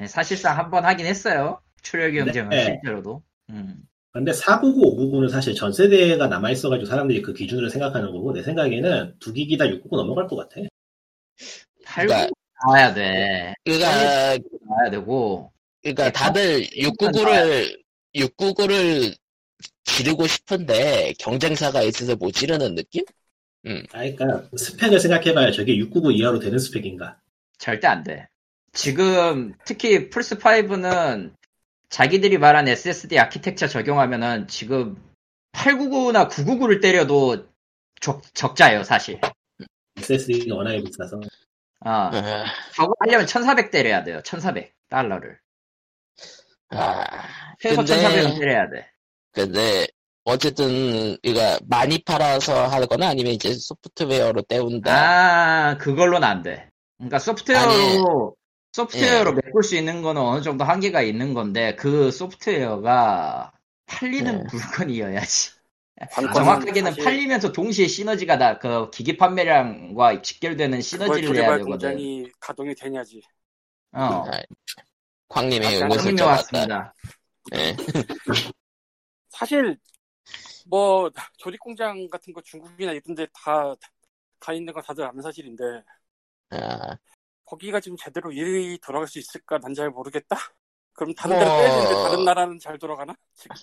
Speaker 2: 예, 사실상 한 번 하긴 했어요. 출혈 경쟁은
Speaker 3: 네.
Speaker 2: 실제로도. 음.
Speaker 3: 근데 499, 599는 사실 전 세대가 남아있어가지고 사람들이 그 기준으로 생각하는 거고, 내 생각에는 두 기기 다 699 넘어갈 것 같아.
Speaker 2: 8
Speaker 1: 그러니까-
Speaker 2: 나와야 돼.
Speaker 1: 그러니까
Speaker 2: 나와야 되고
Speaker 1: 그러니까 다들 699를 699를 지르고 싶은데 경쟁사가 있어서 못 지르는 느낌?
Speaker 3: 아, 그러니까 스펙을 생각해봐야 저게 699 이하로 되는 스펙인가.
Speaker 2: 절대 안 돼. 지금 특히 플스 5는 자기들이 말한 SSD 아키텍처 적용하면은 지금 899나 999를 때려도 적, 적자예요 사실.
Speaker 3: SSD가 워낙에 비싸서.
Speaker 2: 아,
Speaker 1: 아,
Speaker 2: 저거 하려면 1,400 때려야 돼요. 1,400 달러를.
Speaker 1: 아,
Speaker 2: 최소
Speaker 1: 근데-
Speaker 2: 1,400을 때려야 돼.
Speaker 1: 근데 어쨌든 이거 많이 팔아서 하거나 아니면 이제 소프트웨어로 때운다.
Speaker 2: 아, 그걸로는 안 돼. 그러니까 소프트웨어로, 소프트웨어로
Speaker 4: 예.
Speaker 2: 메꿀 수 있는 거는 어느 정도 한계가 있는 건데, 그 소프트웨어가 팔리는
Speaker 1: 네.
Speaker 2: 물건이어야지.
Speaker 3: 아,
Speaker 2: 정확하게는
Speaker 4: 예. 사실
Speaker 2: 팔리면서 동시에 시너지가 나, 그 기기 판매량과 직결되는
Speaker 4: 그걸
Speaker 2: 시너지를 내야
Speaker 4: 조리발
Speaker 2: 되거든.
Speaker 4: 공장이 가동이 되냐지.
Speaker 2: 어.
Speaker 1: 아, 광님이
Speaker 4: 아,
Speaker 1: 웃을
Speaker 2: 나중에
Speaker 1: 줄 알았다.
Speaker 2: 왔습니다.
Speaker 1: 예.
Speaker 4: 사실 뭐 조립 공장 같은 거 중국이나 이런데 다 가 있는 건 다들 아는 사실인데
Speaker 1: 아,
Speaker 4: 거기가 지금 제대로 일이 돌아갈 수 있을까 난 잘 모르겠다. 그럼 다른 데는
Speaker 1: 뭐.
Speaker 4: 빼야 되는데 다른 나라는 잘 돌아가나? 지금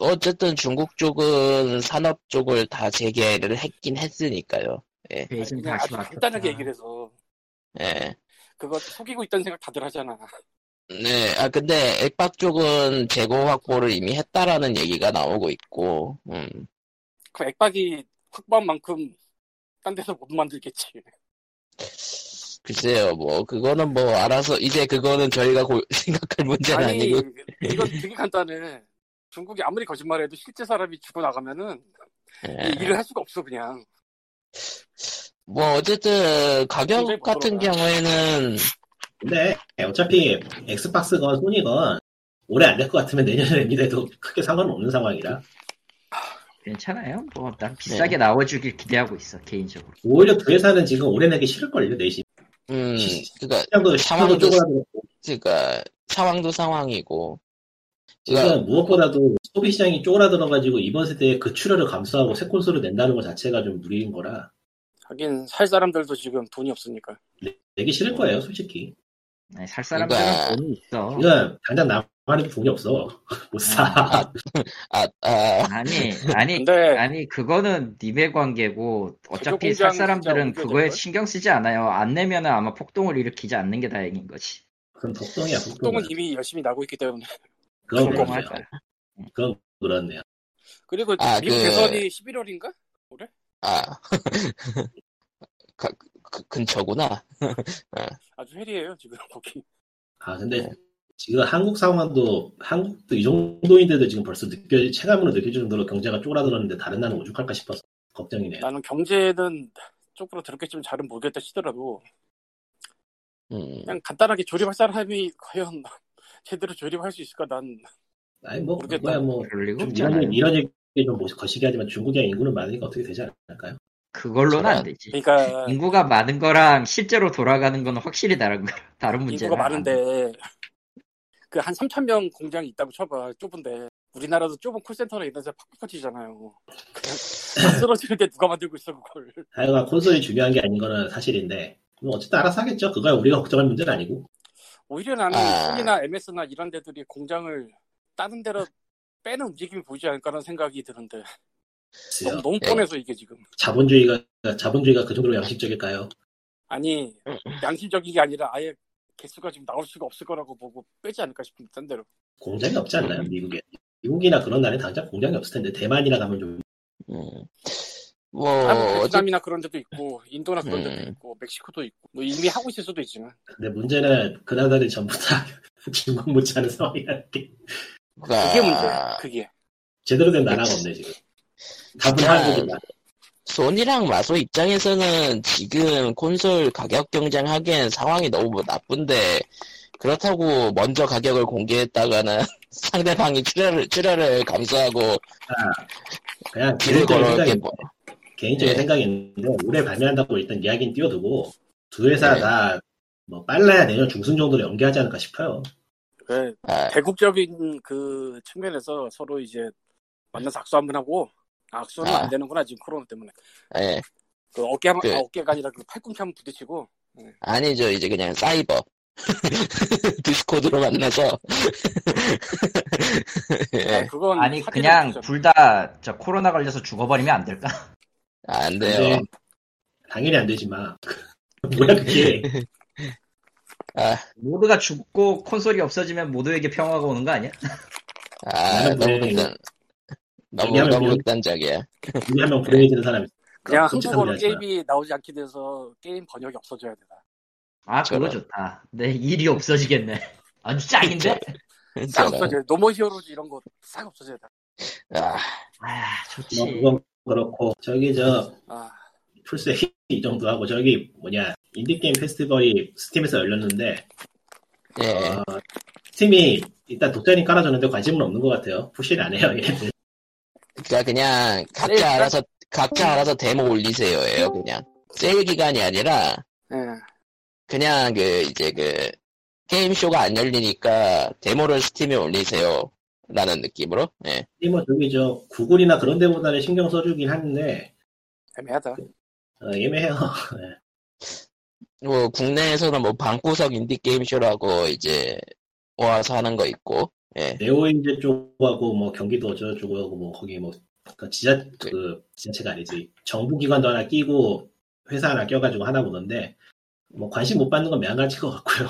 Speaker 1: 어쨌든 중국 쪽은 산업 쪽을 다 재개를 했긴 했으니까요.
Speaker 2: 베이징
Speaker 4: 그냥
Speaker 2: 예, 다시
Speaker 4: 아주
Speaker 2: 왔다.
Speaker 4: 간단하게 얘기를 해서
Speaker 1: 예.
Speaker 4: 그거 속이고 있다는 생각 다들 하잖아.
Speaker 1: 네, 아, 근데 액박 쪽은 재고 확보를 이미 했다라는 얘기가 나오고 있고, 음,
Speaker 4: 그 액박이 확보한 만큼 딴 데서 못 만들겠지.
Speaker 1: 글쎄요, 뭐, 그거는 뭐, 알아서, 이제 그거는 저희가 고- 생각할 문제는
Speaker 4: 아니
Speaker 1: 네, 아니고,
Speaker 4: 이건 되게 간단해. 중국이 아무리 거짓말해도 실제 사람이 죽어 나가면은
Speaker 1: 예.
Speaker 4: 이 일을 할 수가 없어 그냥.
Speaker 1: 뭐, 어쨌든,
Speaker 4: 굉장히
Speaker 1: 가격 같은
Speaker 4: 부끄러워요.
Speaker 1: 경우에는,
Speaker 3: 근데 어차피 엑스박스건 소니건 올해 안 될 것 같으면 내년에 미래도 크게 상관은 없는 상황이라
Speaker 2: 괜찮아요. 뭐
Speaker 4: 네.
Speaker 2: 난 비싸게 나와주길 기대하고 있어 개인적으로.
Speaker 3: 오히려 그 회사는 지금 올해 내기 싫을걸요 내심
Speaker 1: 음, 그니까,
Speaker 3: 시장도 시장도
Speaker 1: 상황도
Speaker 3: 쪼그라들고
Speaker 1: 그니까, 상황도 상황이고,
Speaker 3: 지금
Speaker 1: 그러니까
Speaker 3: 무엇보다도 소비 시장이 쪼그라들어가지고 이번 세대에 그 출혈을 감수하고 새 콘솔을 낸다는 것 자체가 좀 무리인 거라
Speaker 4: 하긴 살 사람들도 지금 돈이 없으니까.
Speaker 3: 내기 싫을 거예요 솔직히
Speaker 2: 아니, 네, 살 사람들은
Speaker 1: 그러니까-
Speaker 2: 돈이 있어.
Speaker 3: 지금 당장 나만의 돈이 없어 못사
Speaker 2: 뭐
Speaker 1: 아, 아,
Speaker 2: 아니 아니
Speaker 4: 근데
Speaker 2: 네. 아니 그거는 님의 관계고 어차피
Speaker 4: 제조 네. 공장
Speaker 2: 살 사람들은
Speaker 4: 진짜
Speaker 2: 그거에
Speaker 4: 옮겨야 될걸?
Speaker 2: 신경 쓰지 않아요. 안 내면 은 아마 폭동을 일으키지 않는 게 다행인 거지.
Speaker 3: 그건 독동이야 독동
Speaker 4: 똥은 이미 열심히 나고 있기 때문에.
Speaker 3: 그건
Speaker 4: 아, 그건
Speaker 3: 그렇네요
Speaker 2: 성공할 거야.
Speaker 3: 그건 그렇네요
Speaker 4: 그리고
Speaker 1: 아,
Speaker 4: 미국
Speaker 1: 그-
Speaker 4: 대선이 11월인가?
Speaker 1: 아. 가- 그- 근처구나.
Speaker 4: 아주 헬이에요 지금 거기.
Speaker 3: 아 근데 지금 한국 상황도 한국도 이 정도인데도 지금 벌써 느껴 체감으로 느낄 정도로 경제가 쪼그라들었는데 다른 나라는 오죽할까 싶어서 걱정이네요.
Speaker 4: 나는 경제는 쪽으로 들었겠지만 잘은 모르겠다 치더라도
Speaker 1: 음,
Speaker 4: 그냥 간단하게 조립할 사람이 과연 제대로 조립할 수 있을까 난
Speaker 3: 아니 뭐
Speaker 4: 모르겠다.
Speaker 3: 그거야 뭐
Speaker 2: 그럴 리가
Speaker 3: 좀
Speaker 2: 없잖아요.
Speaker 3: 이런 이런 얘기 좀 거시기 하지만 중국의 인구는 많으니까 어떻게 되지 않을까요?
Speaker 2: 그걸로는 안
Speaker 1: 저런.
Speaker 2: 되지.
Speaker 4: 그러니까
Speaker 2: 인구가 많은 거랑 실제로 돌아가는 건 확실히 다른 거 다른 문제라.
Speaker 4: 인구가 많은데 그 한 3천 명 공장이 있다고 쳐봐 좁은데 우리나라도 좁은 콜센터나 이런 데서 팍팍 퍼지잖아요. 그냥 다 쓰러지는데 누가 만들고 있어 그걸.
Speaker 3: 하여간 콘솔이 중요한 게 아닌 거는 사실인데 뭐 어쨌든 알아서 하겠죠. 그거야 우리가 걱정할 문제는 아니고
Speaker 4: 오히려 나는
Speaker 1: 아.
Speaker 4: 소니나 MS나 이런 데들이 공장을 다른 데로 빼는 움직임이 보이지 않을까라는 생각이 드는데
Speaker 3: 글쎄요.
Speaker 4: 너무, 너무
Speaker 1: 네.
Speaker 4: 뻔해서 이게 지금
Speaker 3: 자본주의가 자본주의가 그 정도로 양심적일까요?
Speaker 4: 아니
Speaker 1: 음.
Speaker 4: 양심적인 게 아니라 아예 개수가 지금 나올 수가 없을 거라고 보고 빼지 않을까 싶은데 딴 데로
Speaker 3: 공장이 없지 않나요 미국에? 미국이나 그런 나라에 당장 공장이 없을 텐데 대만이나 가면 좀
Speaker 1: 음. 뭐,
Speaker 4: 아,
Speaker 1: 어쨌든,
Speaker 4: 베트남이나 그런 데도 있고 인도나 그런 데도
Speaker 1: 음.
Speaker 4: 있고 멕시코도 있고 뭐 이미 하고 있을 수도 있지만
Speaker 3: 근데 문제는 그 나라들이 전부 다 중국 못지않은 상황이라는 게
Speaker 1: 아.
Speaker 4: 그게 문제야 그게
Speaker 3: 제대로 된 나라가 없네 지금. 답은
Speaker 1: 일단
Speaker 3: 한국이다.
Speaker 1: 소니랑 마소 입장에서는 지금 콘솔 가격 경쟁하기엔 상황이 너무 뭐 나쁜데 그렇다고 먼저 가격을 공개했다가는 상대방이 출혈을 출혈을 감수하고
Speaker 3: 그냥
Speaker 1: 길을
Speaker 3: 개인적인
Speaker 1: 걸어게
Speaker 3: 생각이
Speaker 1: 뭐.
Speaker 3: 개인적인
Speaker 1: 예.
Speaker 3: 생각인데 올해 발매한다고 일단 이야기는 띄워두고 두 회사
Speaker 1: 예.
Speaker 3: 다 뭐 빨라야 내년 중순 정도로 연기하지 않을까 싶어요.
Speaker 4: 왜
Speaker 1: 아,
Speaker 4: 네, 대국적인 그 측면에서 서로 이제 만나서 악수 한번 하고 아, 악수는
Speaker 1: 아.
Speaker 4: 안 되는구나 지금 코로나 때문에
Speaker 1: 예.
Speaker 4: 그 어깨 한,
Speaker 1: 그-
Speaker 4: 아, 어깨가 아니라 그 팔꿈치 한번 부딪히고
Speaker 1: 아니죠 이제 그냥 사이버 디스코드로 만나서
Speaker 4: 아,
Speaker 1: 예.
Speaker 4: 그건
Speaker 2: 아니
Speaker 4: 사기를
Speaker 2: 그냥
Speaker 4: 치잖아.
Speaker 2: 둘 다 저 코로나 걸려서 죽어버리면 안 될까?
Speaker 1: 안
Speaker 4: 네.
Speaker 3: 근데
Speaker 1: 돼요
Speaker 3: 당연히 안 되지만 뭐야 그게
Speaker 4: 네.
Speaker 2: 모두가 죽고 콘솔이 없어지면 모두에게 평화가 오는 거 아니야?
Speaker 1: 아
Speaker 3: 나는
Speaker 1: 너무
Speaker 3: 불행해.
Speaker 1: 극단 너무
Speaker 3: 얘기하면
Speaker 1: 너무
Speaker 3: 미안.
Speaker 1: 극단적이야
Speaker 3: 우리 한명 불행해지는 사람이 있어.
Speaker 4: 그냥
Speaker 3: 끔찍한
Speaker 4: 네. 한국어로
Speaker 3: 소리 하지 마.
Speaker 4: 게임이 나오지 않게 돼서 게임 번역이 없어져야 되나
Speaker 2: 아 그거
Speaker 1: 저런.
Speaker 4: 그렇죠.
Speaker 2: 좋다. 내 일이 없어지겠네. 아주 짱인데?
Speaker 4: 그렇죠. 싹
Speaker 1: 저런.
Speaker 4: 없어져야 돼 노모 히어로즈 이런 거 싹 없어져야 돼
Speaker 1: 아,
Speaker 2: 아
Speaker 3: 뭐
Speaker 2: 좋지.
Speaker 3: 그건 그렇고 저기 저
Speaker 4: 아,
Speaker 3: 풀세 이 정도 하고 저기 뭐냐 인디 게임 페스티벌이 스팀에서 열렸는데
Speaker 4: 네.
Speaker 1: 예.
Speaker 3: 어, 스팀이 일단 독자님 깔아줬는데 관심은 없는 것 같아요. 푸시는 안 해요. 얘네들.
Speaker 1: 그러니까 그냥
Speaker 4: 세일
Speaker 1: 각자 알아서 각자 알아서 데모 올리세요예요 그냥 세일 기간이 아니라
Speaker 4: 예.
Speaker 1: 그냥 그 이제 그 게임 쇼가 안 열리니까 데모를 스팀에 올리세요라는 느낌으로 예.
Speaker 3: 스팀은 뭐 저기 저 구글이나 그런 데보다는 신경 써주긴 하는데
Speaker 4: 애매하다
Speaker 3: 어, 애매해요.
Speaker 1: 뭐 국내에서는 뭐 방구석 인디 게임 쇼라고 이제 모아서 하는 거 있고 예.
Speaker 3: 네오인제 쪽하고 뭐 경기도 어쩌고저쩌고 하고 뭐 거기 뭐 그러니까 지자
Speaker 1: 네.
Speaker 3: 그 지자체가 아니지 정부 기관도 하나 끼고 회사 하나 껴가지고 하나 보는데 뭐 관심 못 받는 건 매한가지인 것 같고요.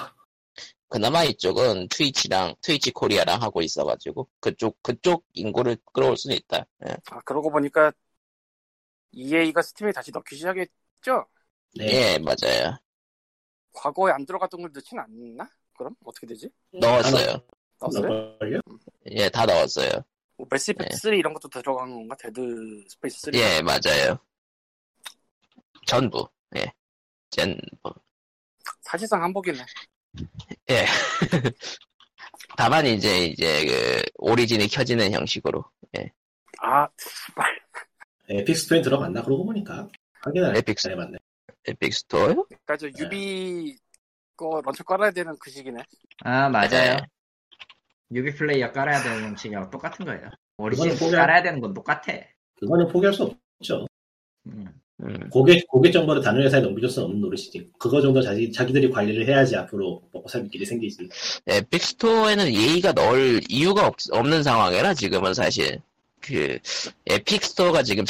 Speaker 1: 그나마 이쪽은 트위치랑 트위치 코리아랑 하고 있어가지고 그쪽 그쪽 인구를 끌어올 수는 있다. 예.
Speaker 4: 아, 그러고 보니까 EA가 스팀에 다시 넣기 시작했죠?
Speaker 3: 네.
Speaker 1: 예, 맞아요.
Speaker 4: 과거에 안 들어갔던 걸 넣진 않나? 그럼 어떻게 되지?
Speaker 1: 넣었어요.
Speaker 4: 넣었어요?
Speaker 3: 넣을걸요?
Speaker 1: 예, 다 넣었어요.
Speaker 4: 뭐 매스 이펙트 3 이런 것도 들어간 건가? 데드 스페이스 3?
Speaker 1: 예, 맞아요. 전부. 예. 뭐, 전부.
Speaker 4: 사실상 한복이네.
Speaker 1: 예. 다만 이제 이제 그 오리진이 켜지는 형식으로
Speaker 4: 아, 씨발.
Speaker 3: 네, 에픽 스토어에 들어갔나? 그러고 보니까. 확인을 안
Speaker 1: 에픽
Speaker 3: 안 해봤네.
Speaker 1: 에픽 스토어요?
Speaker 4: 그러니까 저 유비 거 런처 깔아야 되는 그 시기네.
Speaker 2: 아 맞아요.
Speaker 1: 예.
Speaker 2: 유비 플레이어 깔아야 되는 음식이랑 똑같은 거예요.
Speaker 3: 그거는
Speaker 2: 오리진
Speaker 3: 포기할-
Speaker 2: 깔아야 되는 건 똑같아.
Speaker 3: 그거는 포기할 수 없죠.
Speaker 2: 음.
Speaker 1: 음.
Speaker 3: 고객, 고객 정보를 다른 회사에 넘겨줄 수는 없는 노릇이지. 그거 정도 자기, 자기들이 관리를 해야지 앞으로 먹고 살 길이 생기지.
Speaker 1: 에픽 스토어에는 예의가 넣을 이유가 없, 없는 상황이라 지금은 사실 그 에픽 스토어가 지금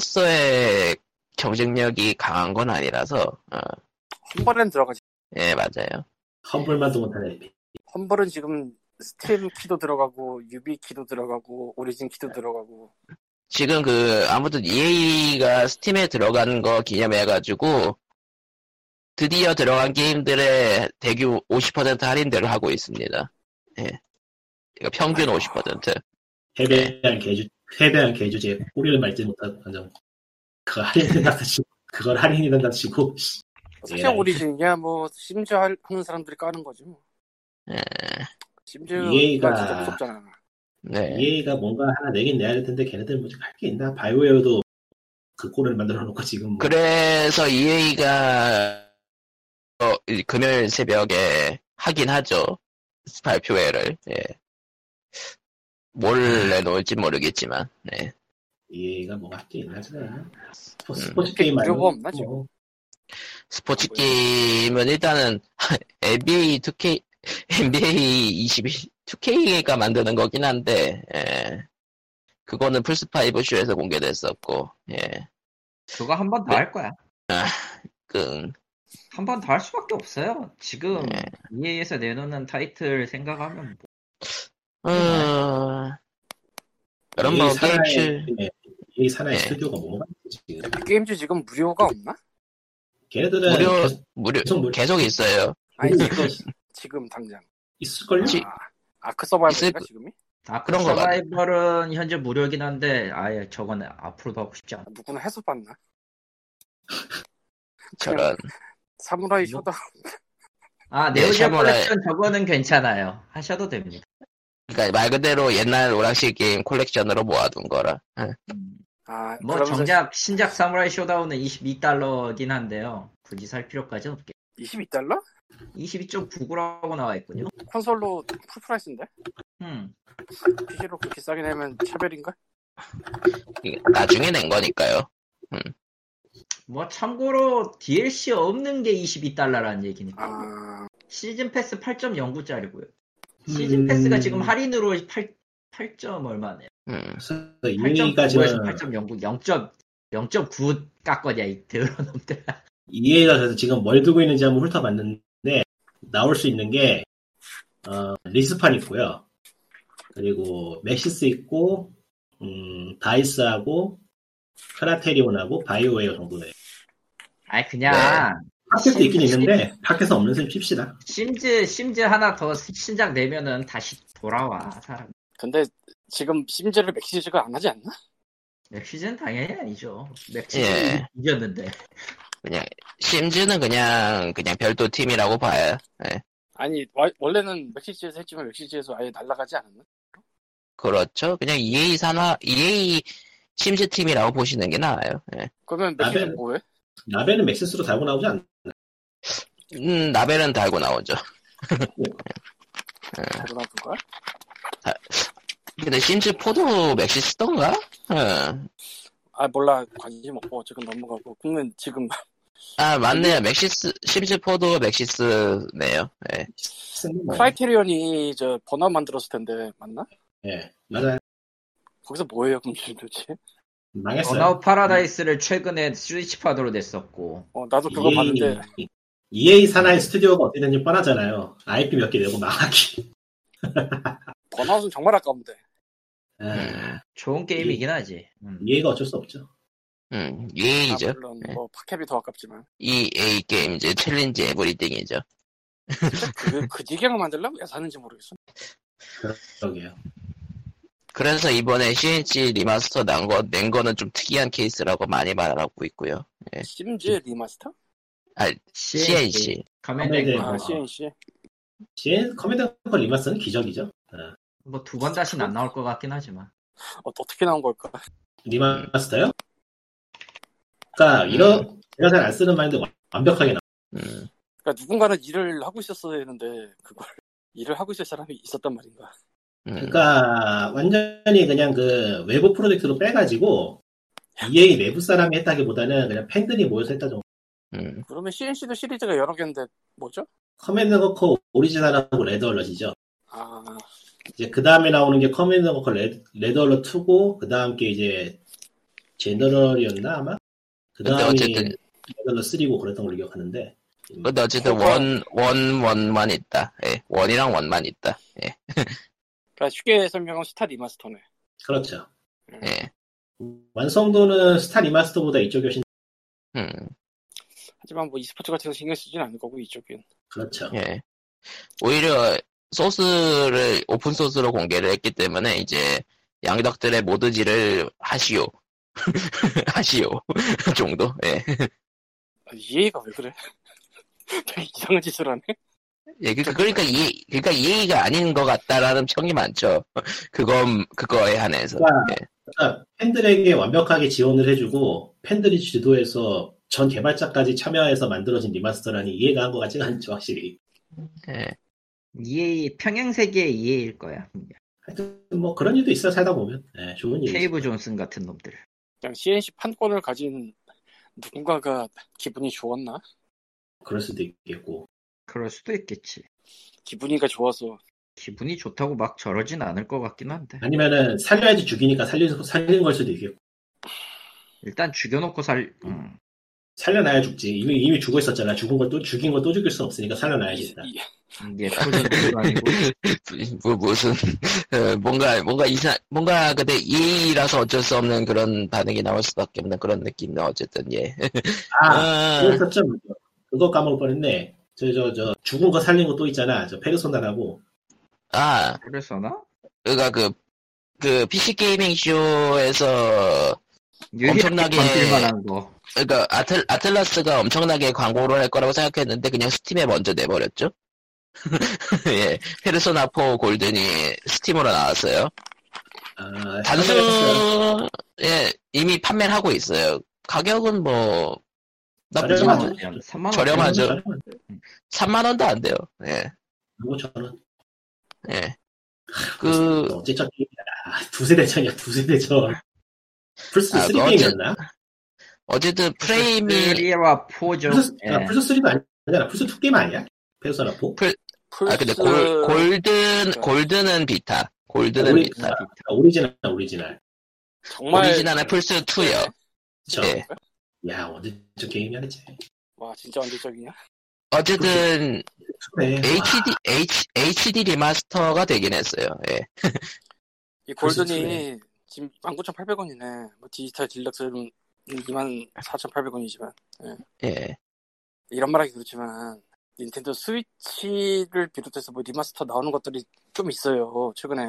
Speaker 1: 스토어로서의 경쟁력이 강한 건 아니라서 어,
Speaker 4: 험벌은 들어가지.
Speaker 1: 예 맞아요
Speaker 3: 험블만도 못하는 에픽.
Speaker 4: 험벌은 지금 스팀 키도 들어가고 유비 키도 들어가고 오리진 키도 들어가고
Speaker 1: 지금 그 아무튼 EA가 스팀에 들어간 거 기념해가지고 드디어 들어간 게임들의 대규 50% 할인대를 하고 있습니다 예 그러니까 평균 50%
Speaker 3: 패배한 개주, 패배한 개주제에 꼬리를 말지 못하고, 완전. 그거 할인된다 치고, 그걸 할인이된다 치고, 씨.
Speaker 1: 예.
Speaker 4: 사실
Speaker 3: 얘랑
Speaker 4: 오리진이야 뭐 심지어 할- 하는 사람들이 까는 거지 뭐.
Speaker 1: 예.
Speaker 4: 심지어
Speaker 3: EA가
Speaker 4: 진짜 무섭잖아.
Speaker 1: 네
Speaker 3: EA가 뭔가 하나 내긴 내야 될 텐데 걔네들 뭐할게 있나? 바이오웨어도 그 꼴을 만들어 놓고 지금 뭐
Speaker 1: 그래서 EA가 어, 금요일 새벽에 하긴 하죠. 발표회를. 예. 뭘 내놓을지 모르겠지만. 네.
Speaker 3: EA가 뭐가 할게 있나 그냥
Speaker 1: 음.
Speaker 3: 스포, 스포츠 게임
Speaker 4: 이렇게
Speaker 3: 말고
Speaker 4: 유료가 없나, 지금?
Speaker 3: 뭐,
Speaker 1: 스포츠 게임은 일단은 NBA 2K NBA 21 2K가 만드는 거긴 한데. 예. 그거는 플스 5 쇼에서 공개됐었고. 예.
Speaker 2: 그거 한 번
Speaker 1: 네.
Speaker 2: 더 할 거야.
Speaker 1: 끙.
Speaker 2: 한 번 더 할 수밖에 없어요.
Speaker 3: 음.
Speaker 2: 지금
Speaker 1: 네.
Speaker 2: EA에서 내놓는 타이틀 생각하면 뭐-
Speaker 1: 음. 그런
Speaker 3: EA
Speaker 1: 뭐
Speaker 3: 산하의-
Speaker 1: 게임즈
Speaker 3: 예, EA 산하의
Speaker 1: 네.
Speaker 3: 스튜디오가 뭐가 있지 지금
Speaker 4: 게임즈 지금 무료가 없나?
Speaker 3: 걔네들은
Speaker 1: 무료
Speaker 3: 계속,
Speaker 1: 무료
Speaker 3: 계속 무료-
Speaker 1: 계속 있어요.
Speaker 4: 아니
Speaker 3: 무료
Speaker 4: 지금
Speaker 3: 있-
Speaker 4: 지금 당장.
Speaker 3: 있을걸요?
Speaker 1: 지-
Speaker 4: 아, 아크 서바이벌인가
Speaker 1: 있을-
Speaker 4: 지금이?
Speaker 2: 아,
Speaker 1: 그런
Speaker 2: 그런
Speaker 1: 거
Speaker 2: 거 서바이벌은 현재 무료긴 한데 아예 저거는 앞으로도 하고 싶지 않아.
Speaker 4: 누구나 해서 봤나?
Speaker 1: 저런
Speaker 4: 사무라이
Speaker 2: 뭐?
Speaker 4: 쇼다
Speaker 2: 아
Speaker 1: 네,
Speaker 2: 네오지오
Speaker 1: 샤머라의-
Speaker 2: 컬렉션 저거는 괜찮아요. 하셔도 됩니다.
Speaker 1: 그러니까 말 그대로 옛날 오락실 게임 콜렉션으로 모아둔 거라 예. 응.
Speaker 4: 아,
Speaker 2: 뭐
Speaker 4: 그러면서
Speaker 2: 정작 신작 사무라이 쇼다운은 22달러긴 한데요. 굳이 살 필요까지 는 없게.
Speaker 4: 22달러?
Speaker 2: 22.99라고 나와 있군요.
Speaker 4: 콘솔로 풀프라이스인데?
Speaker 2: 음.
Speaker 4: PC로 그 비싸게 내면 차별인가?
Speaker 1: 이게 나중에 낸 거니까요
Speaker 2: 뭐 참고로 DLC 없는 게 22달러라는 얘기니까.
Speaker 4: 아,
Speaker 2: 시즌 패스 8.09짜리고요.
Speaker 3: 음.
Speaker 2: 시즌 패스가 지금 할인으로 8 8점 얼마네요.
Speaker 1: 음.
Speaker 3: 그래서
Speaker 2: 8.9에서
Speaker 3: EA까지는
Speaker 2: 8.09, 0. 0.9 깎거냐 이 더러놈들.
Speaker 3: EA가 그래서 지금 뭘 들고 있는지 한번 훑어봤는데 나올 수 있는 게 어, 리스판 있고요. 그리고 맥시스 있고 음, 다이스하고 크라테리온하고 바이오웨어 정도네.
Speaker 2: 아니 그냥
Speaker 3: 팟캐스트 있긴 있는데 팟캐스트 없는 셈 칩시다.
Speaker 2: 심즈 심즈 하나 더 신작 내면은 다시 돌아와 사람.
Speaker 4: 근데 지금 심지어를 맥시즈가 안 하지 않나?
Speaker 2: 맥시즌 당연히 아니죠. 맥시즌
Speaker 1: 예.
Speaker 2: 이겼는데.
Speaker 1: 그냥 심즈는 그냥 그냥 별도 팀이라고 봐요 예.
Speaker 4: 아니, 와- 원래는 맥시즈에서 했지만 맥시즈에서 아예 날아가지 않았나?
Speaker 1: 그렇죠 그냥 EA 산하 EA 심즈 팀이라고 보시는 게 나아요 예.
Speaker 4: 그러면 맥시즈
Speaker 3: 나벨.
Speaker 4: 뭐해?
Speaker 3: 라벨은 맥시스로 달고 나오지 않나?
Speaker 1: 음, 라벨은 달고 나오죠
Speaker 4: 그러나 그거야?
Speaker 1: 근데 심즈 포도 맥시 쓰던가 예.
Speaker 4: 아, 몰라. 관심 없고 어쨌건 넘어가고. 그러면 지금
Speaker 1: 아 맞네요 맥시스 심즈 포도 맥시스네요 예.
Speaker 4: 크라이테리온이 저 번화 만들었을 텐데 맞나?
Speaker 3: 예, 맞아요.
Speaker 4: 거기서 뭐예요, 그럼 지금 도대체?
Speaker 3: 망했어요.
Speaker 2: 번아웃 파라다이스를 최근에 스위치파드로 냈었고
Speaker 1: 예.
Speaker 4: 어, 나도 그거
Speaker 3: EA
Speaker 4: 봤는데
Speaker 3: EA 산하의 스튜디오가 어떻게 되는지 뻔하잖아요. IP 몇 개 내고 망하기.
Speaker 4: 번아웃은 정말 아까운데.
Speaker 3: 아,
Speaker 2: 좋은 게임이긴 하지. 음.
Speaker 3: EA가 어쩔 수 없죠.
Speaker 1: 음,
Speaker 4: 아,
Speaker 1: EA죠.
Speaker 4: 물론
Speaker 1: 네.
Speaker 4: 뭐 파캡이 더 아깝지만
Speaker 1: EA 게임즈 챌린지 에브리띵이죠.
Speaker 4: 그, 그 지경을 만들려면 왜 사는지 모르겠어.
Speaker 3: 저기요.
Speaker 1: 그래서 이번에 CNC 리마스터 난 거, 낸 거는 좀 특이한 케이스라고 많이 말하고 있고요.
Speaker 4: 심지어 리마스터?
Speaker 1: CNC.
Speaker 2: 커맨드
Speaker 3: 네,
Speaker 4: 아
Speaker 3: 뭐.
Speaker 4: CNC.
Speaker 3: CN 커맨드 앵커 리마스는 기적이죠. 아,
Speaker 2: 뭐두 번 다시는 안 나올 것 같긴 하지만.
Speaker 4: 어, 어떻게 나온 걸까?
Speaker 3: 리마스터요? 그러니까 이런 제가 잘 안 쓰는 말인데 완벽하게 나.
Speaker 1: 음,
Speaker 4: 그러니까 누군가는 일을 하고 있었어야 했는데 그걸 일을 하고 있을 사람이 있었단 말인가?
Speaker 1: 음.
Speaker 3: 그러니까 완전히 그냥 그 외부 프로젝트로 빼가지고 EA 내부 사람이 했다기보다는 그냥 팬들이 모여서 했다 정도.
Speaker 1: 음,
Speaker 4: 그러면 CNC도 시리즈가 여러 개인데 뭐죠?
Speaker 3: 커맨드 앵커 오리지널하고 레드 얼럿이죠.
Speaker 4: 아
Speaker 3: 이제 그 다음에 나오는 게 커맨드 워커 레드, 레드 얼럿 2고 그 다음 게 이제 제너럴이었나 아마? 그
Speaker 1: 근데
Speaker 3: 다음이
Speaker 1: 어쨌든-
Speaker 3: 레드 얼럿 3고 그랬던 걸로 기억하는데
Speaker 1: 근데 어쨌든 원, 원, 원만 있다. 예, 원이랑 원만 있다. 예,
Speaker 4: 그러니까 쉽게 설명하면 스타 리마스터네.
Speaker 3: 그렇죠
Speaker 1: 예.
Speaker 3: 완성도는 스타 리마스터보다 이쪽이 훨씬
Speaker 1: 음,
Speaker 4: 하지만 뭐 e스포츠 같은 거 신경 쓰진 않을 거고 이쪽은.
Speaker 3: 그렇죠
Speaker 1: 예. 오히려 소스를 오픈 소스로 공개를 했기 때문에 이제 양덕들의 모드지를 하시오. 하시오. 정도. 예.
Speaker 4: 아, 이해가 왜 그래? 되게 이상한 짓을 하네.
Speaker 1: 예, 그러니까, 그러니까 이, 그러니까 이해가 아닌 것 같다라는 평이 많죠. 그건, 그거에 한해서. 예.
Speaker 3: 그러니까 팬들에게 완벽하게 지원을 해주고 팬들이 지도해서 전 개발자까지 참여해서 만들어진 리마스터라니 이해가 한 것 같지가 않죠 확실히
Speaker 1: 예.
Speaker 2: EA 평행 세계의 EA일 거야.
Speaker 1: 예,
Speaker 3: 하여튼 뭐 그런 일도 있어 살다 보면 예, 좋은 일이죠
Speaker 2: 케이브 존슨 같은 놈들.
Speaker 4: 그냥 CNC 판권을 가진 누군가가 기분이 좋았나?
Speaker 3: 그럴 수도 있겠고
Speaker 2: 그럴 수도 있겠지.
Speaker 4: 기분이가 좋아서
Speaker 2: 기분이 좋다고 막 저러진 않을 것 같긴 한데.
Speaker 3: 아니면은 살려야지 죽이니까 살린, 살린 걸 수도 있겠고
Speaker 2: 일단 죽여놓고 살. 음.
Speaker 3: 살려놔야 죽지. 이미, 이미 죽어 있었잖아. 죽은 걸 또, 죽인 걸 또 죽일 수 없으니까 살려놔야지. 일단.
Speaker 4: 이-
Speaker 1: 음.
Speaker 2: 예쁘도 아니고.
Speaker 1: 뭐, 무슨, 어, 뭔가, 뭔가 이상, 뭔가 근데 예의라서 어쩔 수 없는 그런 반응이 나올 수밖에 없는 그런 느낌, 어쨌든, 예.
Speaker 3: 아,
Speaker 1: 아,
Speaker 3: 그거 좀, 그거 까먹을 뻔 했네. 저, 저, 저, 죽은 거 살린 거 또 있잖아. 저, 페르소나라고.
Speaker 1: 아,
Speaker 2: 그래서나?
Speaker 1: 그니까 그, 그, PC 게이밍 쇼에서, 엄청나게-
Speaker 2: 만한 거.
Speaker 1: 그니까 그러니까 아틀, 아틀라스가 엄청나게 광고를 할 거라고 생각했는데, 그냥 스팀에 먼저 내버렸죠? 예. 페르소나 4 골든이 스팀으로 나왔어요.
Speaker 3: 아,
Speaker 1: 단순,
Speaker 3: 상관없어요.
Speaker 1: 예, 이미 판매를 하고 있어요. 가격은 뭐, 나쁘지
Speaker 3: 저렴하죠.
Speaker 1: 않아.
Speaker 2: 3만 원. 3만 원.
Speaker 1: 저렴하죠.
Speaker 3: 저렴하죠.
Speaker 1: 3만원도 안 돼요. 예.
Speaker 3: 이거 저런.
Speaker 1: 예. 그,
Speaker 3: 어째 저 게임이야. 아, 두세 대전이야, 두세 대전. 플스
Speaker 1: 아,
Speaker 3: 3
Speaker 1: 그
Speaker 3: 게임이었나?
Speaker 1: 어쨌든 프레임이,
Speaker 2: 3와 4죠.
Speaker 3: 플스,
Speaker 2: 예.
Speaker 3: 아, 플스 3도 아니잖아. 플스 2 게임 아니야? 페르소나 4? 그
Speaker 1: 아, 근데 골, 골든, 골든은 비타. 골든은
Speaker 3: 우리-
Speaker 1: 비타.
Speaker 3: 아, 오리지널, 오리지널.
Speaker 4: 정말
Speaker 1: 오리지널은 플스2요.
Speaker 3: 저,
Speaker 1: 예.
Speaker 3: 야, 언제 저 게임이야, 대체.
Speaker 4: 와 진짜 언제적이냐?
Speaker 1: 어쨌든,
Speaker 3: 그래.
Speaker 1: HD, H, HD 리마스터가 되긴 했어요. 예.
Speaker 4: 이
Speaker 3: 벌써
Speaker 4: 골든이 지금 19,800원이네. 뭐 디지털 딜럭스는 24,800원이지만
Speaker 1: 예.
Speaker 4: 이런 말하기 그렇지만 닌텐도 스위치를 비롯해서 뭐 리마스터 나오는 것들이 좀 있어요. 최근에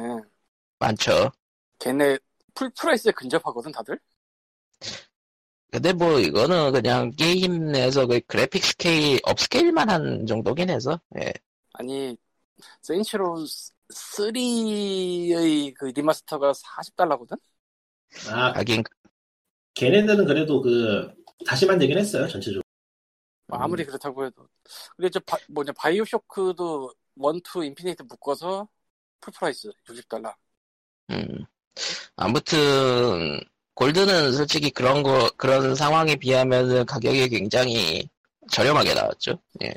Speaker 1: 많죠.
Speaker 4: 걔네 풀 프라이스에 근접하거든 다들.
Speaker 1: 근데 뭐, 이거는 그냥 게임 내에서 그 그래픽 스케일, 업스케일만 한 정도긴 해서, 예.
Speaker 4: 아니 센치로 3의 그 리마스터가 40달러거든.
Speaker 3: 아,
Speaker 1: 하긴,
Speaker 3: 걔네들은 그래도 그 다시 만들긴 했어요 전체적으로
Speaker 1: 음.
Speaker 4: 뭐 아무리 그렇다고 해도 근데 저 바, 뭐냐 바이오쇼크도 원투 인피니트 묶어서 풀 프라이스 60달러.
Speaker 1: 음. 아무튼 골드는 솔직히 그런 거 그런 상황에 비하면은 가격이 굉장히 저렴하게 나왔죠. 예.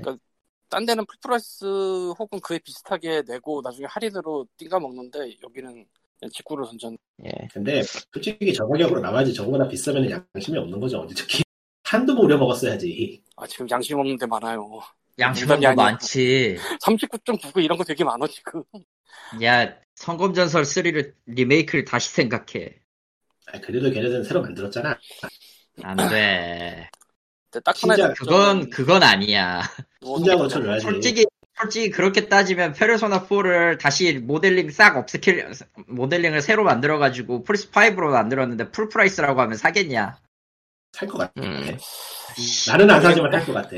Speaker 4: 딴 데는 풀프라이스 혹은 그에 비슷하게 내고 나중에 할인으로 띵가 먹는데 여기는 그냥 직구로 선전
Speaker 1: 예.
Speaker 3: 근데 솔직히 저 가격으로 나머지 저거보다 비싸면 양심이 없는 거죠 언제 특히 한두 번 우려 먹었어야지.
Speaker 4: 아, 지금 양심 없는 데 많아요.
Speaker 2: 양심은
Speaker 4: 인간이
Speaker 2: 뭐
Speaker 4: 아니야.
Speaker 2: 많지.
Speaker 4: 39.99 이런 거 되게 많아, 지금.
Speaker 2: 야, 성검전설 3를 리메이크를 다시 생각해.
Speaker 3: 아, 그래도 걔네들은 새로 만들었잖아.
Speaker 2: 안 돼.
Speaker 4: 근데 딱
Speaker 3: 진짜
Speaker 4: 하나의
Speaker 2: 그건 그건 아니야.
Speaker 4: 누워서
Speaker 3: 혼자
Speaker 4: 그냥
Speaker 3: 고쳐줘야지.
Speaker 2: 솔직히 솔직히 그렇게 따지면 페르소나 4를 다시 모델링 싹 업스킬 모델링을 새로 만들어 가지고 플스 5로 만들었는데 풀 프라이스라고 하면 사겠냐?
Speaker 3: 살 것 같아.
Speaker 1: 음,
Speaker 3: 나는 안 사지만 살 것 같아.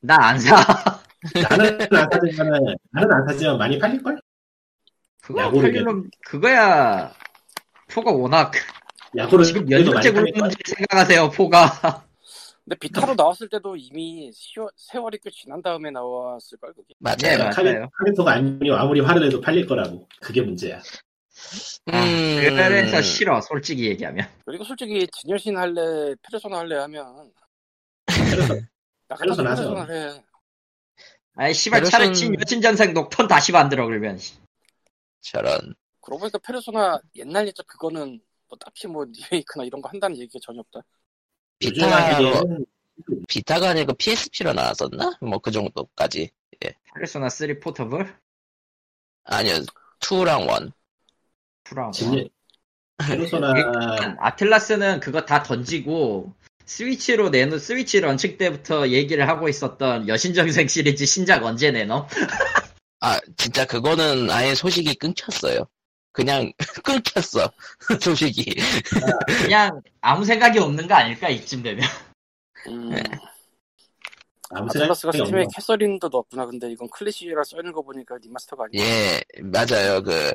Speaker 2: 나 안 사.
Speaker 3: 나는 안 사지만, 나는 안 사지만 많이 팔릴걸?
Speaker 2: 그거
Speaker 3: 야구를
Speaker 2: 팔리면 그거야. 포가 워낙
Speaker 3: 야구를
Speaker 2: 지금 몇
Speaker 3: 그래도 많이
Speaker 2: 년째
Speaker 3: 팔릴걸?
Speaker 2: 굴는지 생각하세요. 포가
Speaker 4: 근데 비타로 나왔을 때도 이미 시월- 세월이 꽤 지난 다음에 나왔을 걸 그게.
Speaker 2: 네,
Speaker 1: 맞아요.
Speaker 2: 맞아요.
Speaker 3: 카리- 카리토가 아무리, 아무리 화를 내도 팔릴 거라고. 그게 문제야.
Speaker 1: 음,
Speaker 2: 아, 그래서 싫어. 솔직히 얘기하면
Speaker 4: 그리고 솔직히 진열신 할래, 페르소나 할래 하면
Speaker 3: 그래서
Speaker 4: 나가서
Speaker 3: 페르소나 하죠.
Speaker 4: 페르소나 해.
Speaker 2: 아이 씨발 차라리
Speaker 1: 페르소나-
Speaker 2: 친 여친 전생 녹턴 다시 만들어 그러면.
Speaker 1: 저런.
Speaker 4: 그러고 보니까 페르소나 옛날 옛적 그거는 뭐 딱히 뭐 리메이크나 이런 거 한다는 얘기가 전혀 없다.
Speaker 3: 요즘
Speaker 1: 비타로,
Speaker 3: 하기에는
Speaker 1: 비타가 아니고 PSP로 나왔었나? 뭐 그 정도까지.
Speaker 2: 페르소나 3 포터블
Speaker 1: 아니요, 2랑 1.
Speaker 2: 프라운.
Speaker 3: 진리. 페르소나,
Speaker 2: 아, 음, 아틀라스는 그거 다 던지고 스위치로 내놓 스위치 런칭 때부터 얘기를 하고 있었던 여신정생 시리즈 신작 언제 내놓?
Speaker 1: 아, 진짜 그거는 아예 소식이 끊겼어요. 그냥 끊겼어. 소식이.
Speaker 2: 그냥 아무 생각이 없는 거 아닐까 이쯤 되면
Speaker 4: 음,
Speaker 3: 아무
Speaker 4: 아틀라스가
Speaker 3: 생각이
Speaker 4: 스팀에
Speaker 3: 없네.
Speaker 4: 캐서린도 넣었구나. 근데 이건 클래식이라 써있는 거 보니까 리마스터가 아니야.
Speaker 1: 예, 맞아요. 그,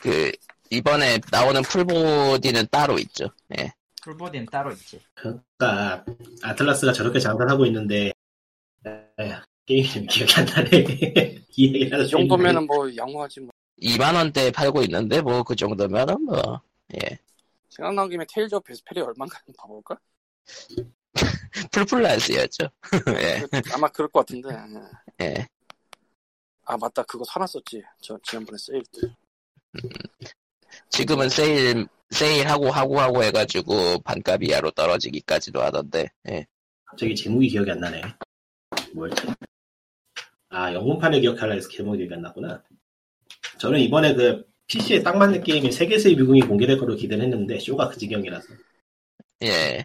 Speaker 1: 그, 이번에 나오는 풀보디는 따로 있죠. 예.
Speaker 2: 풀보디는 따로 있지.
Speaker 3: 그러니까 아틀라스가 저렇게 장사하고 있는데 에휴, 게임 기억이 안 나네. 이 얘기를 하다
Speaker 4: 이 정도면은 뭐 양호하지 뭐.
Speaker 1: 2만원대에 팔고 있는데, 뭐 그 정도면은 뭐, 예.
Speaker 4: 생각난 김에 테일즈 오브 베스페리 얼마인가 한번 봐볼까?
Speaker 1: 풀플라스였죠. 예,
Speaker 4: 그- 아마 그럴 것 같은데.
Speaker 1: 예.
Speaker 4: 아 맞다 그거 사놨었지. 저 지난번에 세일 때.
Speaker 1: 지금은 세일, 세일하고 하고 하고 해가지고 반값 이하로 떨어지기까지도 하던데, 예.
Speaker 3: 갑자기 제목이 기억이 안 나네. 뭐였지? 아 영문판을 기억하려 해서 제목이 기억이 안 나구나. 저는 이번에 그 PC에 딱 맞는 게임인 세계수의 미궁이 공개될 거로 기대를 했는데 쇼가 그 지경이라서
Speaker 1: 예.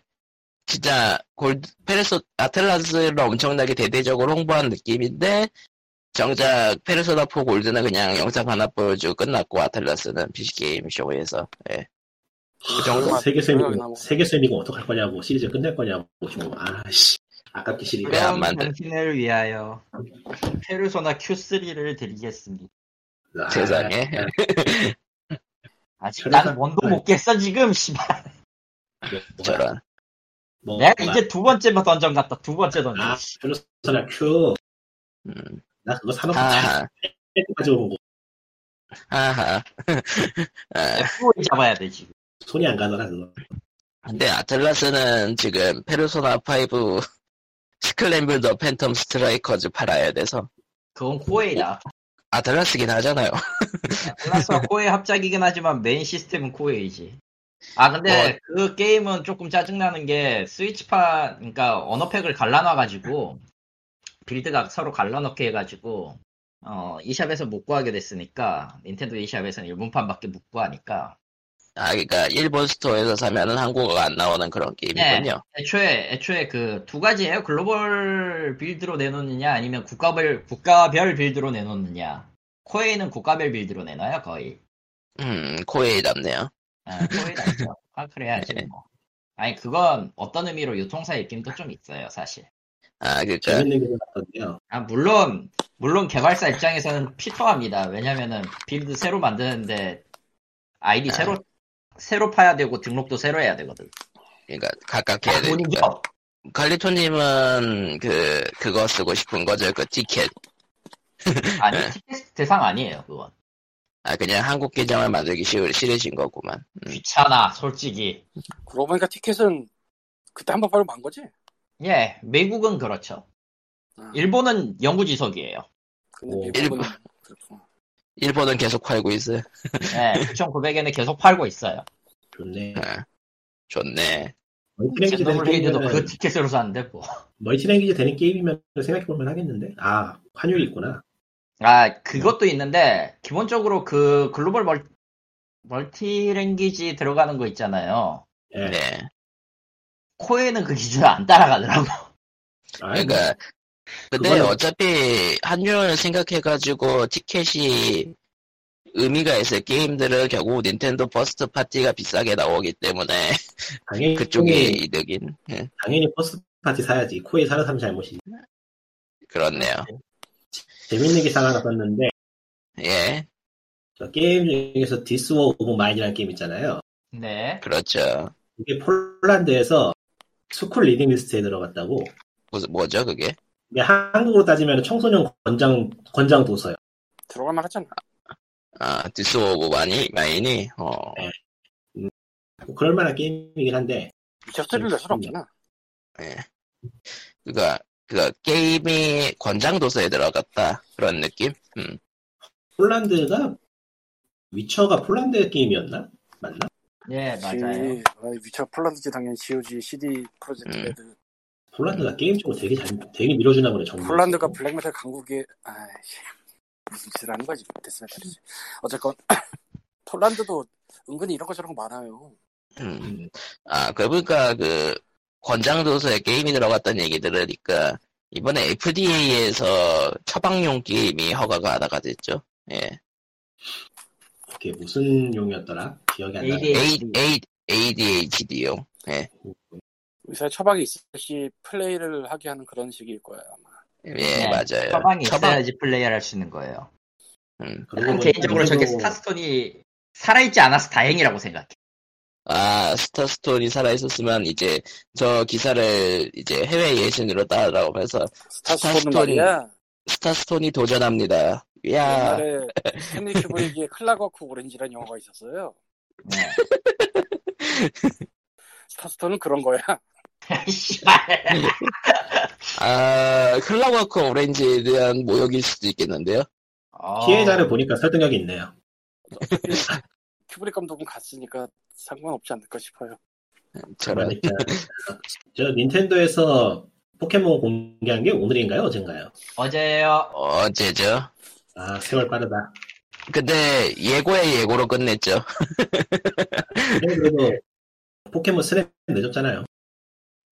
Speaker 1: 진짜 골드 페르소 아틀라스를 엄청나게 대대적으로 홍보한 느낌인데 정작 페르소나 4 골드는 그냥 영상 하나 보여주고 끝났고 아틀라스는 PC 게임 쇼에서 예. 그 정도
Speaker 4: 정말
Speaker 3: 세계수의
Speaker 4: 생각이 나고.
Speaker 3: 미궁 세계수의 미궁 어떡할 거냐고 시리즈 끝낼 거냐고 지금 아씨 네, 아깝게 시리즈
Speaker 1: 왜안
Speaker 2: 그럼
Speaker 1: 만들-
Speaker 2: 당신을 위하여 페르소나 Q3를 드리겠습니다.
Speaker 3: 아,
Speaker 1: 세상에
Speaker 2: 아직
Speaker 3: 페르소나-
Speaker 2: 난 원도 못 깼어 지금 씨발.
Speaker 3: 뭐,
Speaker 1: 저런
Speaker 3: 뭐,
Speaker 2: 내가 이제 두 번째 던전 갔다 두 번째 던전.
Speaker 3: 아 페르소나 큐 나
Speaker 1: 음.
Speaker 3: 그거 사놓고
Speaker 2: 아.
Speaker 3: 잘
Speaker 1: 하하
Speaker 3: 가져온 거
Speaker 1: 하하 아,
Speaker 2: F5를 잡아야 돼 지금.
Speaker 3: 손이 안 가더라 그거.
Speaker 1: 근데 아틀라스는 지금 페르소나 5 스클램블더 팬텀 스트라이커즈 팔아야 돼서
Speaker 2: 그건 코에이다.
Speaker 1: 아틀라스긴 하잖아요
Speaker 2: 플라스와 코에 합작이긴 하지만 메인 시스템은 코에이지. 아 근데 그 게임은 조금 짜증나는 게 스위치판 그러니까 언어팩을 갈라놔가지고 빌드가 서로 갈라놓게 해가지고 어 이샵에서 못 구하게 됐으니까 닌텐도 이샵에서는 일본판밖에 못 구하니까
Speaker 1: 아 그러니까 일본 스토어에서 사면은 한국어가 안 나오는 그런 게임이군요
Speaker 2: 애초에 애초에 그 두 가지예요 글로벌 빌드로 내놓느냐 아니면 국가별 국가별 빌드로 내놓느냐 코에이는 국가별 빌드로 내놔요 거의
Speaker 1: 음, 코에이답네요.
Speaker 2: 아, 소리가 있죠. 아, 그래야지, 뭐. 아니, 그건 어떤 의미로 유통사의 입김도 좀 있어요, 사실.
Speaker 1: 아, 그니까,
Speaker 3: 재밌는 게 나왔거든요.
Speaker 2: 아, 물론, 물론 개발사 입장에서는 피터합니다. 왜냐면은, 빌드 새로 만드는데, 아이디
Speaker 1: 아.
Speaker 2: 새로, 새로 파야 되고, 등록도 새로 해야 되거든.
Speaker 1: 아, 그니까, 각각 그러니까 해야 되니까.
Speaker 2: 돈이죠.
Speaker 1: 갈리토님은, 그, 그거 쓰고 싶은 거죠. 그 티켓.
Speaker 2: 아니, 티켓 대상 아니에요, 그건.
Speaker 1: 아, 그냥 한국 계정을 만들기 쉬, 싫으신 거구만. 음.
Speaker 2: 귀찮아, 솔직히.
Speaker 4: 그러고 보니까 티켓은 그때 한 번 바로 만 거지.
Speaker 2: 예, 미국은 그렇죠.
Speaker 4: 아,
Speaker 2: 일본은 영구지석이에요.
Speaker 4: 근데
Speaker 3: 오.
Speaker 4: 미국은 그렇구나.
Speaker 1: 일본은 계속 팔고 있어요.
Speaker 2: 예, 9,900엔에 계속 팔고 있어요.
Speaker 3: 좋네.
Speaker 1: 아, 좋네.
Speaker 3: 멀티랭귀지 되는
Speaker 2: 젠더블레이드도
Speaker 3: 게임이면
Speaker 2: 그 티켓으로 샀는데 뭐.
Speaker 3: 멀티랭귀지 되는 게임이면 생각해볼만 하겠는데 아 환율이 있구나
Speaker 2: 아 그것도 있는데 기본적으로 그 글로벌 멀, 멀티랭귀지 들어가는 거 있잖아요.
Speaker 3: 예.
Speaker 1: 네.
Speaker 2: 코에는 그 기준을 안 따라가더라고.
Speaker 3: 아,
Speaker 1: 그러니까 근데
Speaker 3: 그거는-
Speaker 1: 어차피 한율 생각해가지고 티켓이 의미가 있을 게임들은 결국 닌텐도 퍼스트 파티가 비싸게 나오기 때문에
Speaker 3: 당연히
Speaker 1: 그쪽이
Speaker 3: 음.
Speaker 1: 이득인 예,
Speaker 3: 당연히 퍼스트 파티 사야지 코에 사는 사람 잘못이
Speaker 1: 그렇네요.
Speaker 3: 재밌는 기사 하나 봤는데 네.
Speaker 1: 예,
Speaker 3: 저 게임 중에서 디스워 오브 마인이라는 게임 있잖아요
Speaker 2: 네.
Speaker 1: 그렇죠.
Speaker 3: 이게 폴란드에서 스쿨 리딩 리스트에 들어갔다고
Speaker 1: 무슨 뭐죠 그게?
Speaker 3: 이게 한국으로 따지면 청소년 권장 권장 도서요
Speaker 4: 들어가나 하잖아.
Speaker 1: 아 디스 오브 마니 마인이 어
Speaker 3: 네. 뭐 그럴 만한 게임이긴 한데
Speaker 4: 미쳤을 낼 수는 없잖아.
Speaker 1: 예. 그가 그 게임이 권장 도서에 들어갔다 그런 느낌? 음
Speaker 3: 폴란드가 위쳐가 폴란드 게임이었나 맞나?
Speaker 2: 예, 맞아요.
Speaker 3: 그
Speaker 4: 지- 아, 위쳐 폴란드지 당연히 COG, CD 프로젝트
Speaker 1: 음.
Speaker 4: 레드.
Speaker 3: 폴란드가 게임적으로 되게 잘, 되게 밀어주나 보네, 정말.
Speaker 4: 폴란드가 블랙메탈 강국의 아이씨 무슨 짓을 하는 거지 됐으면 됐지. 어쨌건 폴란드도 은근히 이런 거 저런 거 많아요.
Speaker 1: 음. 아, 그러니까 그 권장도서에 게임이 들어갔다는 얘기 들으니까 이번에 FDA에서 처방용 게임이 허가가 하나가 됐죠. 예.
Speaker 3: 그게 무슨 용이었더라? 기억이 안 나네.
Speaker 2: ADHD.
Speaker 1: A, A, ADHD용. 예.
Speaker 4: 의사의 처방이 있듯이 플레이를 하게 하는 그런 식일 거예요 아마.
Speaker 1: 예,
Speaker 2: 네,
Speaker 1: 맞아요.
Speaker 2: 처방이
Speaker 1: 처방.
Speaker 2: 있어야지 플레이를 할 수 있는 거예요.
Speaker 1: 음.
Speaker 3: 그러고 뭐
Speaker 2: 난
Speaker 3: 보니까
Speaker 2: 아, 개인적으로 저게
Speaker 3: 그래도
Speaker 2: 스타스톤이 살아있지 않아서 다행이라고 생각해.
Speaker 1: 아, 스타스톤이 살아있었으면 이제 저 기사를 이제 해외 예신으로 따라오면서
Speaker 4: 스타스톤은
Speaker 1: 스타스톤이-
Speaker 4: 말이야
Speaker 1: 스타스톤이 도전합니다. 야
Speaker 4: 옛날에 헨리 큐브릭의 클라거크 오렌지라는 영화가 있었어요.
Speaker 2: 네.
Speaker 4: 스타스톤은 그런 거야.
Speaker 2: 씨발.
Speaker 1: 아, 클라워크 오렌지에 대한 모욕일 수도 있겠는데요.
Speaker 2: 어,
Speaker 3: 피해자를 보니까 설득력이 있네요.
Speaker 4: 어차피 큐브릭 감독은 갔으니까 상관없지 않을까 싶어요. 네.
Speaker 1: 저런.
Speaker 3: 그러니까. 저 닌텐도에서 포켓몬 공개한 게 오늘인가요? 어젠가요?
Speaker 2: 어제요.
Speaker 1: 어제죠.
Speaker 3: 아, 세월 빠르다.
Speaker 1: 근데 예고에 예고로 끝냈죠.
Speaker 3: 근데 그래도 포켓몬 스냅 내줬잖아요.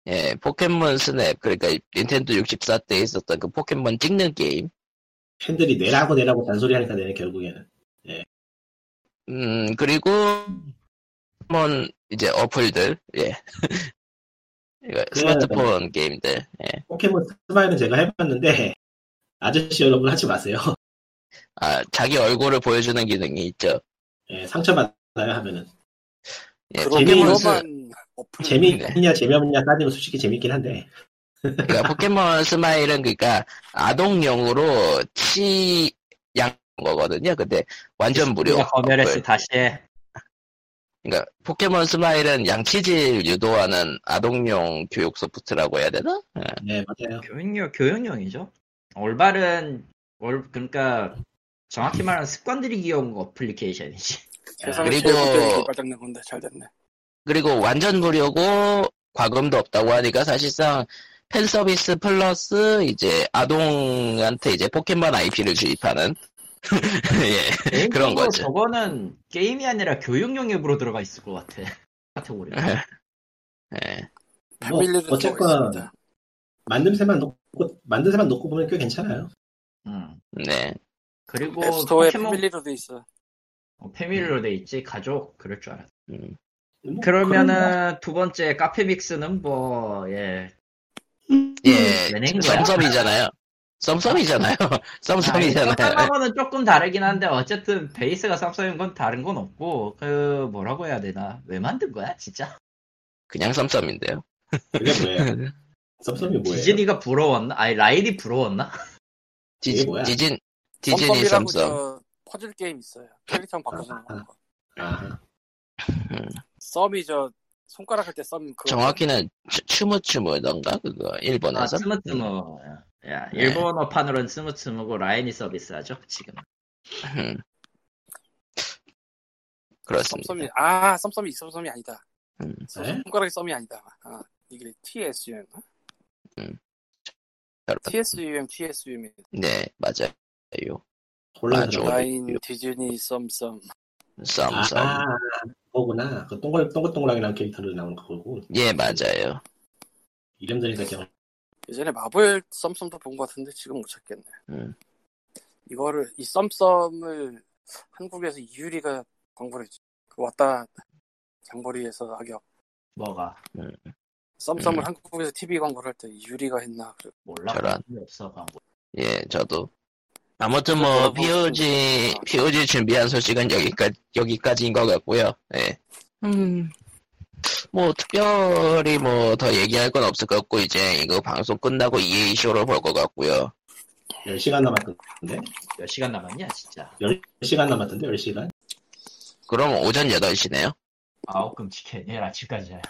Speaker 1: 예, 포켓몬 스냅 그러니까 닌텐도 64 때 있었던 그 포켓몬 찍는 게임.
Speaker 3: 팬들이 내라고 내라고 잔소리 하니까 내네, 결국에는.
Speaker 1: 음 그리고 포켓몬 이제 어플들 예. 이거
Speaker 4: 네,
Speaker 1: 스마트폰 게임들 예.
Speaker 3: 포켓몬 스마일은 제가 해봤는데, 아저씨 여러분 하지 마세요.
Speaker 1: 아 자기 얼굴을 보여주는 기능이 있죠.
Speaker 3: 예, 상처받아요 하면은.
Speaker 1: 예,
Speaker 4: 그런
Speaker 3: 재미있는
Speaker 1: 포켓몬 스
Speaker 4: 거만 어플
Speaker 3: 재미있냐, 재미없냐 따지면 솔직히 재밌긴 한데,
Speaker 1: 그러니까 포켓몬 스마일은 그러니까 아동용으로 치양 거거든요. 근데 완전 무료. 네.
Speaker 2: 우리가 검열했을
Speaker 1: 어플.
Speaker 2: 다시 해.
Speaker 1: 그러니까 포켓몬 스마일은 양치질 유도하는 아동용 교육 소프트라고 해야 되나? 예.
Speaker 3: 네, 맞아요.
Speaker 2: 교육용 교육용이죠. 올바른 올 그러니까 정확히 말하면 습관들이 귀여운 어플리케이션이지.
Speaker 4: 세상에
Speaker 1: 그리고-
Speaker 4: 제일 못된 게 빨장난 건데 잘 됐네.
Speaker 1: 그리고 완전 무료고 과금도 없다고 하니까 사실상 팬 서비스 플러스 이제 아동한테 이제 포켓몬 IP를 주입하는 예 그런
Speaker 2: 개인적으로
Speaker 1: 거지.
Speaker 2: 네, 저거는 게임이 아니라 교육용 앱으로 들어가 있을 것 같아. 카테고리.
Speaker 1: 네. 예.
Speaker 3: 뭐,
Speaker 4: 패밀리를
Speaker 3: 어쨌건, 만듦새만 놓고, 만듦새만 놓고 보면 꽤 괜찮아요.
Speaker 2: 음.
Speaker 1: 네.
Speaker 2: 그리고
Speaker 4: 앱스토어에
Speaker 2: 포켓몬
Speaker 4: 패밀리로 돼 있어.
Speaker 2: 어, 패밀리로 돼 있지 가족 그럴 줄 알았어.
Speaker 1: 음.
Speaker 3: 뭐, 그런
Speaker 2: 그러면은 두 번째 카페 믹스는 뭐 예.
Speaker 1: 예.
Speaker 2: 연예인 거야?
Speaker 1: 썸썸이잖아요. 썸썸이잖아요. 썸썸이잖아요.
Speaker 2: 썸썸하고는 조금 다르긴 한데 어쨌든 베이스가 썸썸인 건 다른 건 없고 그 뭐라고 해야 되나 왜 만든 거야 진짜
Speaker 1: 그냥 썸썸인데요.
Speaker 3: 그게 뭐예요? 섭섭이 뭐예요?
Speaker 2: 디즈니가 부러웠나 아니 라인이 부러웠나
Speaker 1: 디즈,
Speaker 3: 뭐야?
Speaker 1: 디즈, 디즈니
Speaker 4: 썸썸이라고
Speaker 1: 썸썸.
Speaker 4: 저 퍼즐 게임 있어요. 캐릭터 바꾸는
Speaker 3: 아,
Speaker 4: 거.
Speaker 3: 아,
Speaker 4: 썸이 저 손가락 할 때 썸. 그거.
Speaker 1: 정확히는 추무추무던가 그거
Speaker 2: 아
Speaker 1: 일본에서.
Speaker 2: 스무스무 야
Speaker 1: 네.
Speaker 2: 일본어판으로는 스무스무고 라인이 서비스하죠 지금
Speaker 1: 음. 그렇습니다.
Speaker 4: 썸썸이 아 썸썸이 썸썸이 아니다.
Speaker 1: 음.
Speaker 3: 네?
Speaker 4: 손가락의 썸이 아니다. 아, 이게 TSUM인가?
Speaker 1: 여러분.
Speaker 4: TSUM, TSUM.
Speaker 1: 네, 맞아요.
Speaker 3: 혼란스러워.
Speaker 1: 아,
Speaker 4: 라인, 디즈니, 썸썸.
Speaker 1: 쌈쌈.
Speaker 3: 아, 그거구나. 그 동글, 동글동글하게 캐릭터로 나오는 거고.
Speaker 1: 예, 맞아요.
Speaker 3: 이름 들으니까 기억
Speaker 4: 예전에 마블 썸썸도 본 것 같은데 지금 못 찾겠네.
Speaker 1: 음.
Speaker 4: 이거를, 이 썸썸을 한국에서 이유리가 광고를 했지. 그 왔다 장거리에서 악역.
Speaker 2: 뭐가
Speaker 4: 썸썸을
Speaker 1: 음.
Speaker 4: 한국에서 TV 광고를 할 때 이유리가 했나. 그래.
Speaker 2: 몰라.
Speaker 1: 저런.
Speaker 2: 뭐 없어 뭐 광고.
Speaker 1: 예, 저도. 아무튼 뭐 POG POG 준비한 소식은 여기까지 여기까지인 것 같고요. 예. 음. 뭐 특별히 뭐 더 얘기할 건 없을 것 같고 이제 이거 방송 끝나고 EA 쇼를 볼 것 같고요.
Speaker 3: 10시간 남았던데?
Speaker 2: 몇 시간 남았냐 진짜.
Speaker 3: 10시간 남았던데, 10시간?
Speaker 1: 그럼 오전 8시네요.
Speaker 2: 아홉 끔찍해. 내일 아침까지야.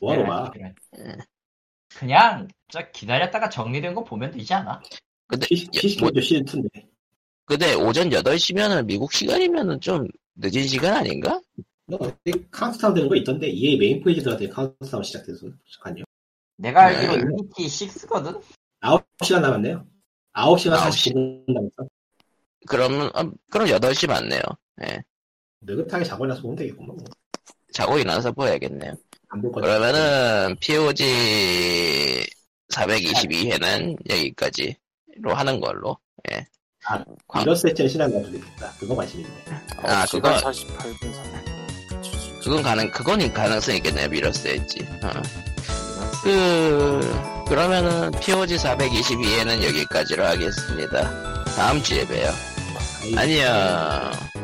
Speaker 3: 뭐하러
Speaker 2: 내일
Speaker 3: 봐.
Speaker 2: 아침까지야.
Speaker 1: 예.
Speaker 2: 그냥 쫙 기다렸다가 정리된 거 보면 되지 않아?
Speaker 1: 근데
Speaker 3: 피-
Speaker 1: 예, 뭐,
Speaker 3: 피시키도 시즌2인데.
Speaker 1: 근데 오전 8시면은 미국 시간이면은 좀 늦은 시간 아닌가?
Speaker 3: 너 어디 카운트다운 되는 거 있던데? EA 메인 페이지 들어가더니 카운트다운 시작돼서. 잠깐요.
Speaker 2: 내가
Speaker 1: 네.
Speaker 2: 알기로 인기 6거든?
Speaker 3: 9시간 남았네요. 9시간
Speaker 1: 아홉
Speaker 3: 49분 남았어.
Speaker 1: 그러면 아, 그럼 8시 맞네요. 예.
Speaker 3: 느긋하게 자고 나서 보면 되겠구만. 뭐.
Speaker 1: 자고 일어나서 봐야겠네요.
Speaker 3: 안볼 거지.
Speaker 1: 그러면은 POG 422회는 여기까지로 하는 걸로. 광-
Speaker 3: 이런 세션 신한 가도 되겠다. 그거 관심 있네.
Speaker 1: 아,
Speaker 4: 시간
Speaker 1: 그거-
Speaker 4: 48분 3
Speaker 1: 그건 가능 그건 가능성 있겠네요. 미러스했지. 어. 그 그러면은 POG 422회는 여기까지로 하겠습니다. 다음 주에 봬요.
Speaker 3: 아이,
Speaker 1: 안녕.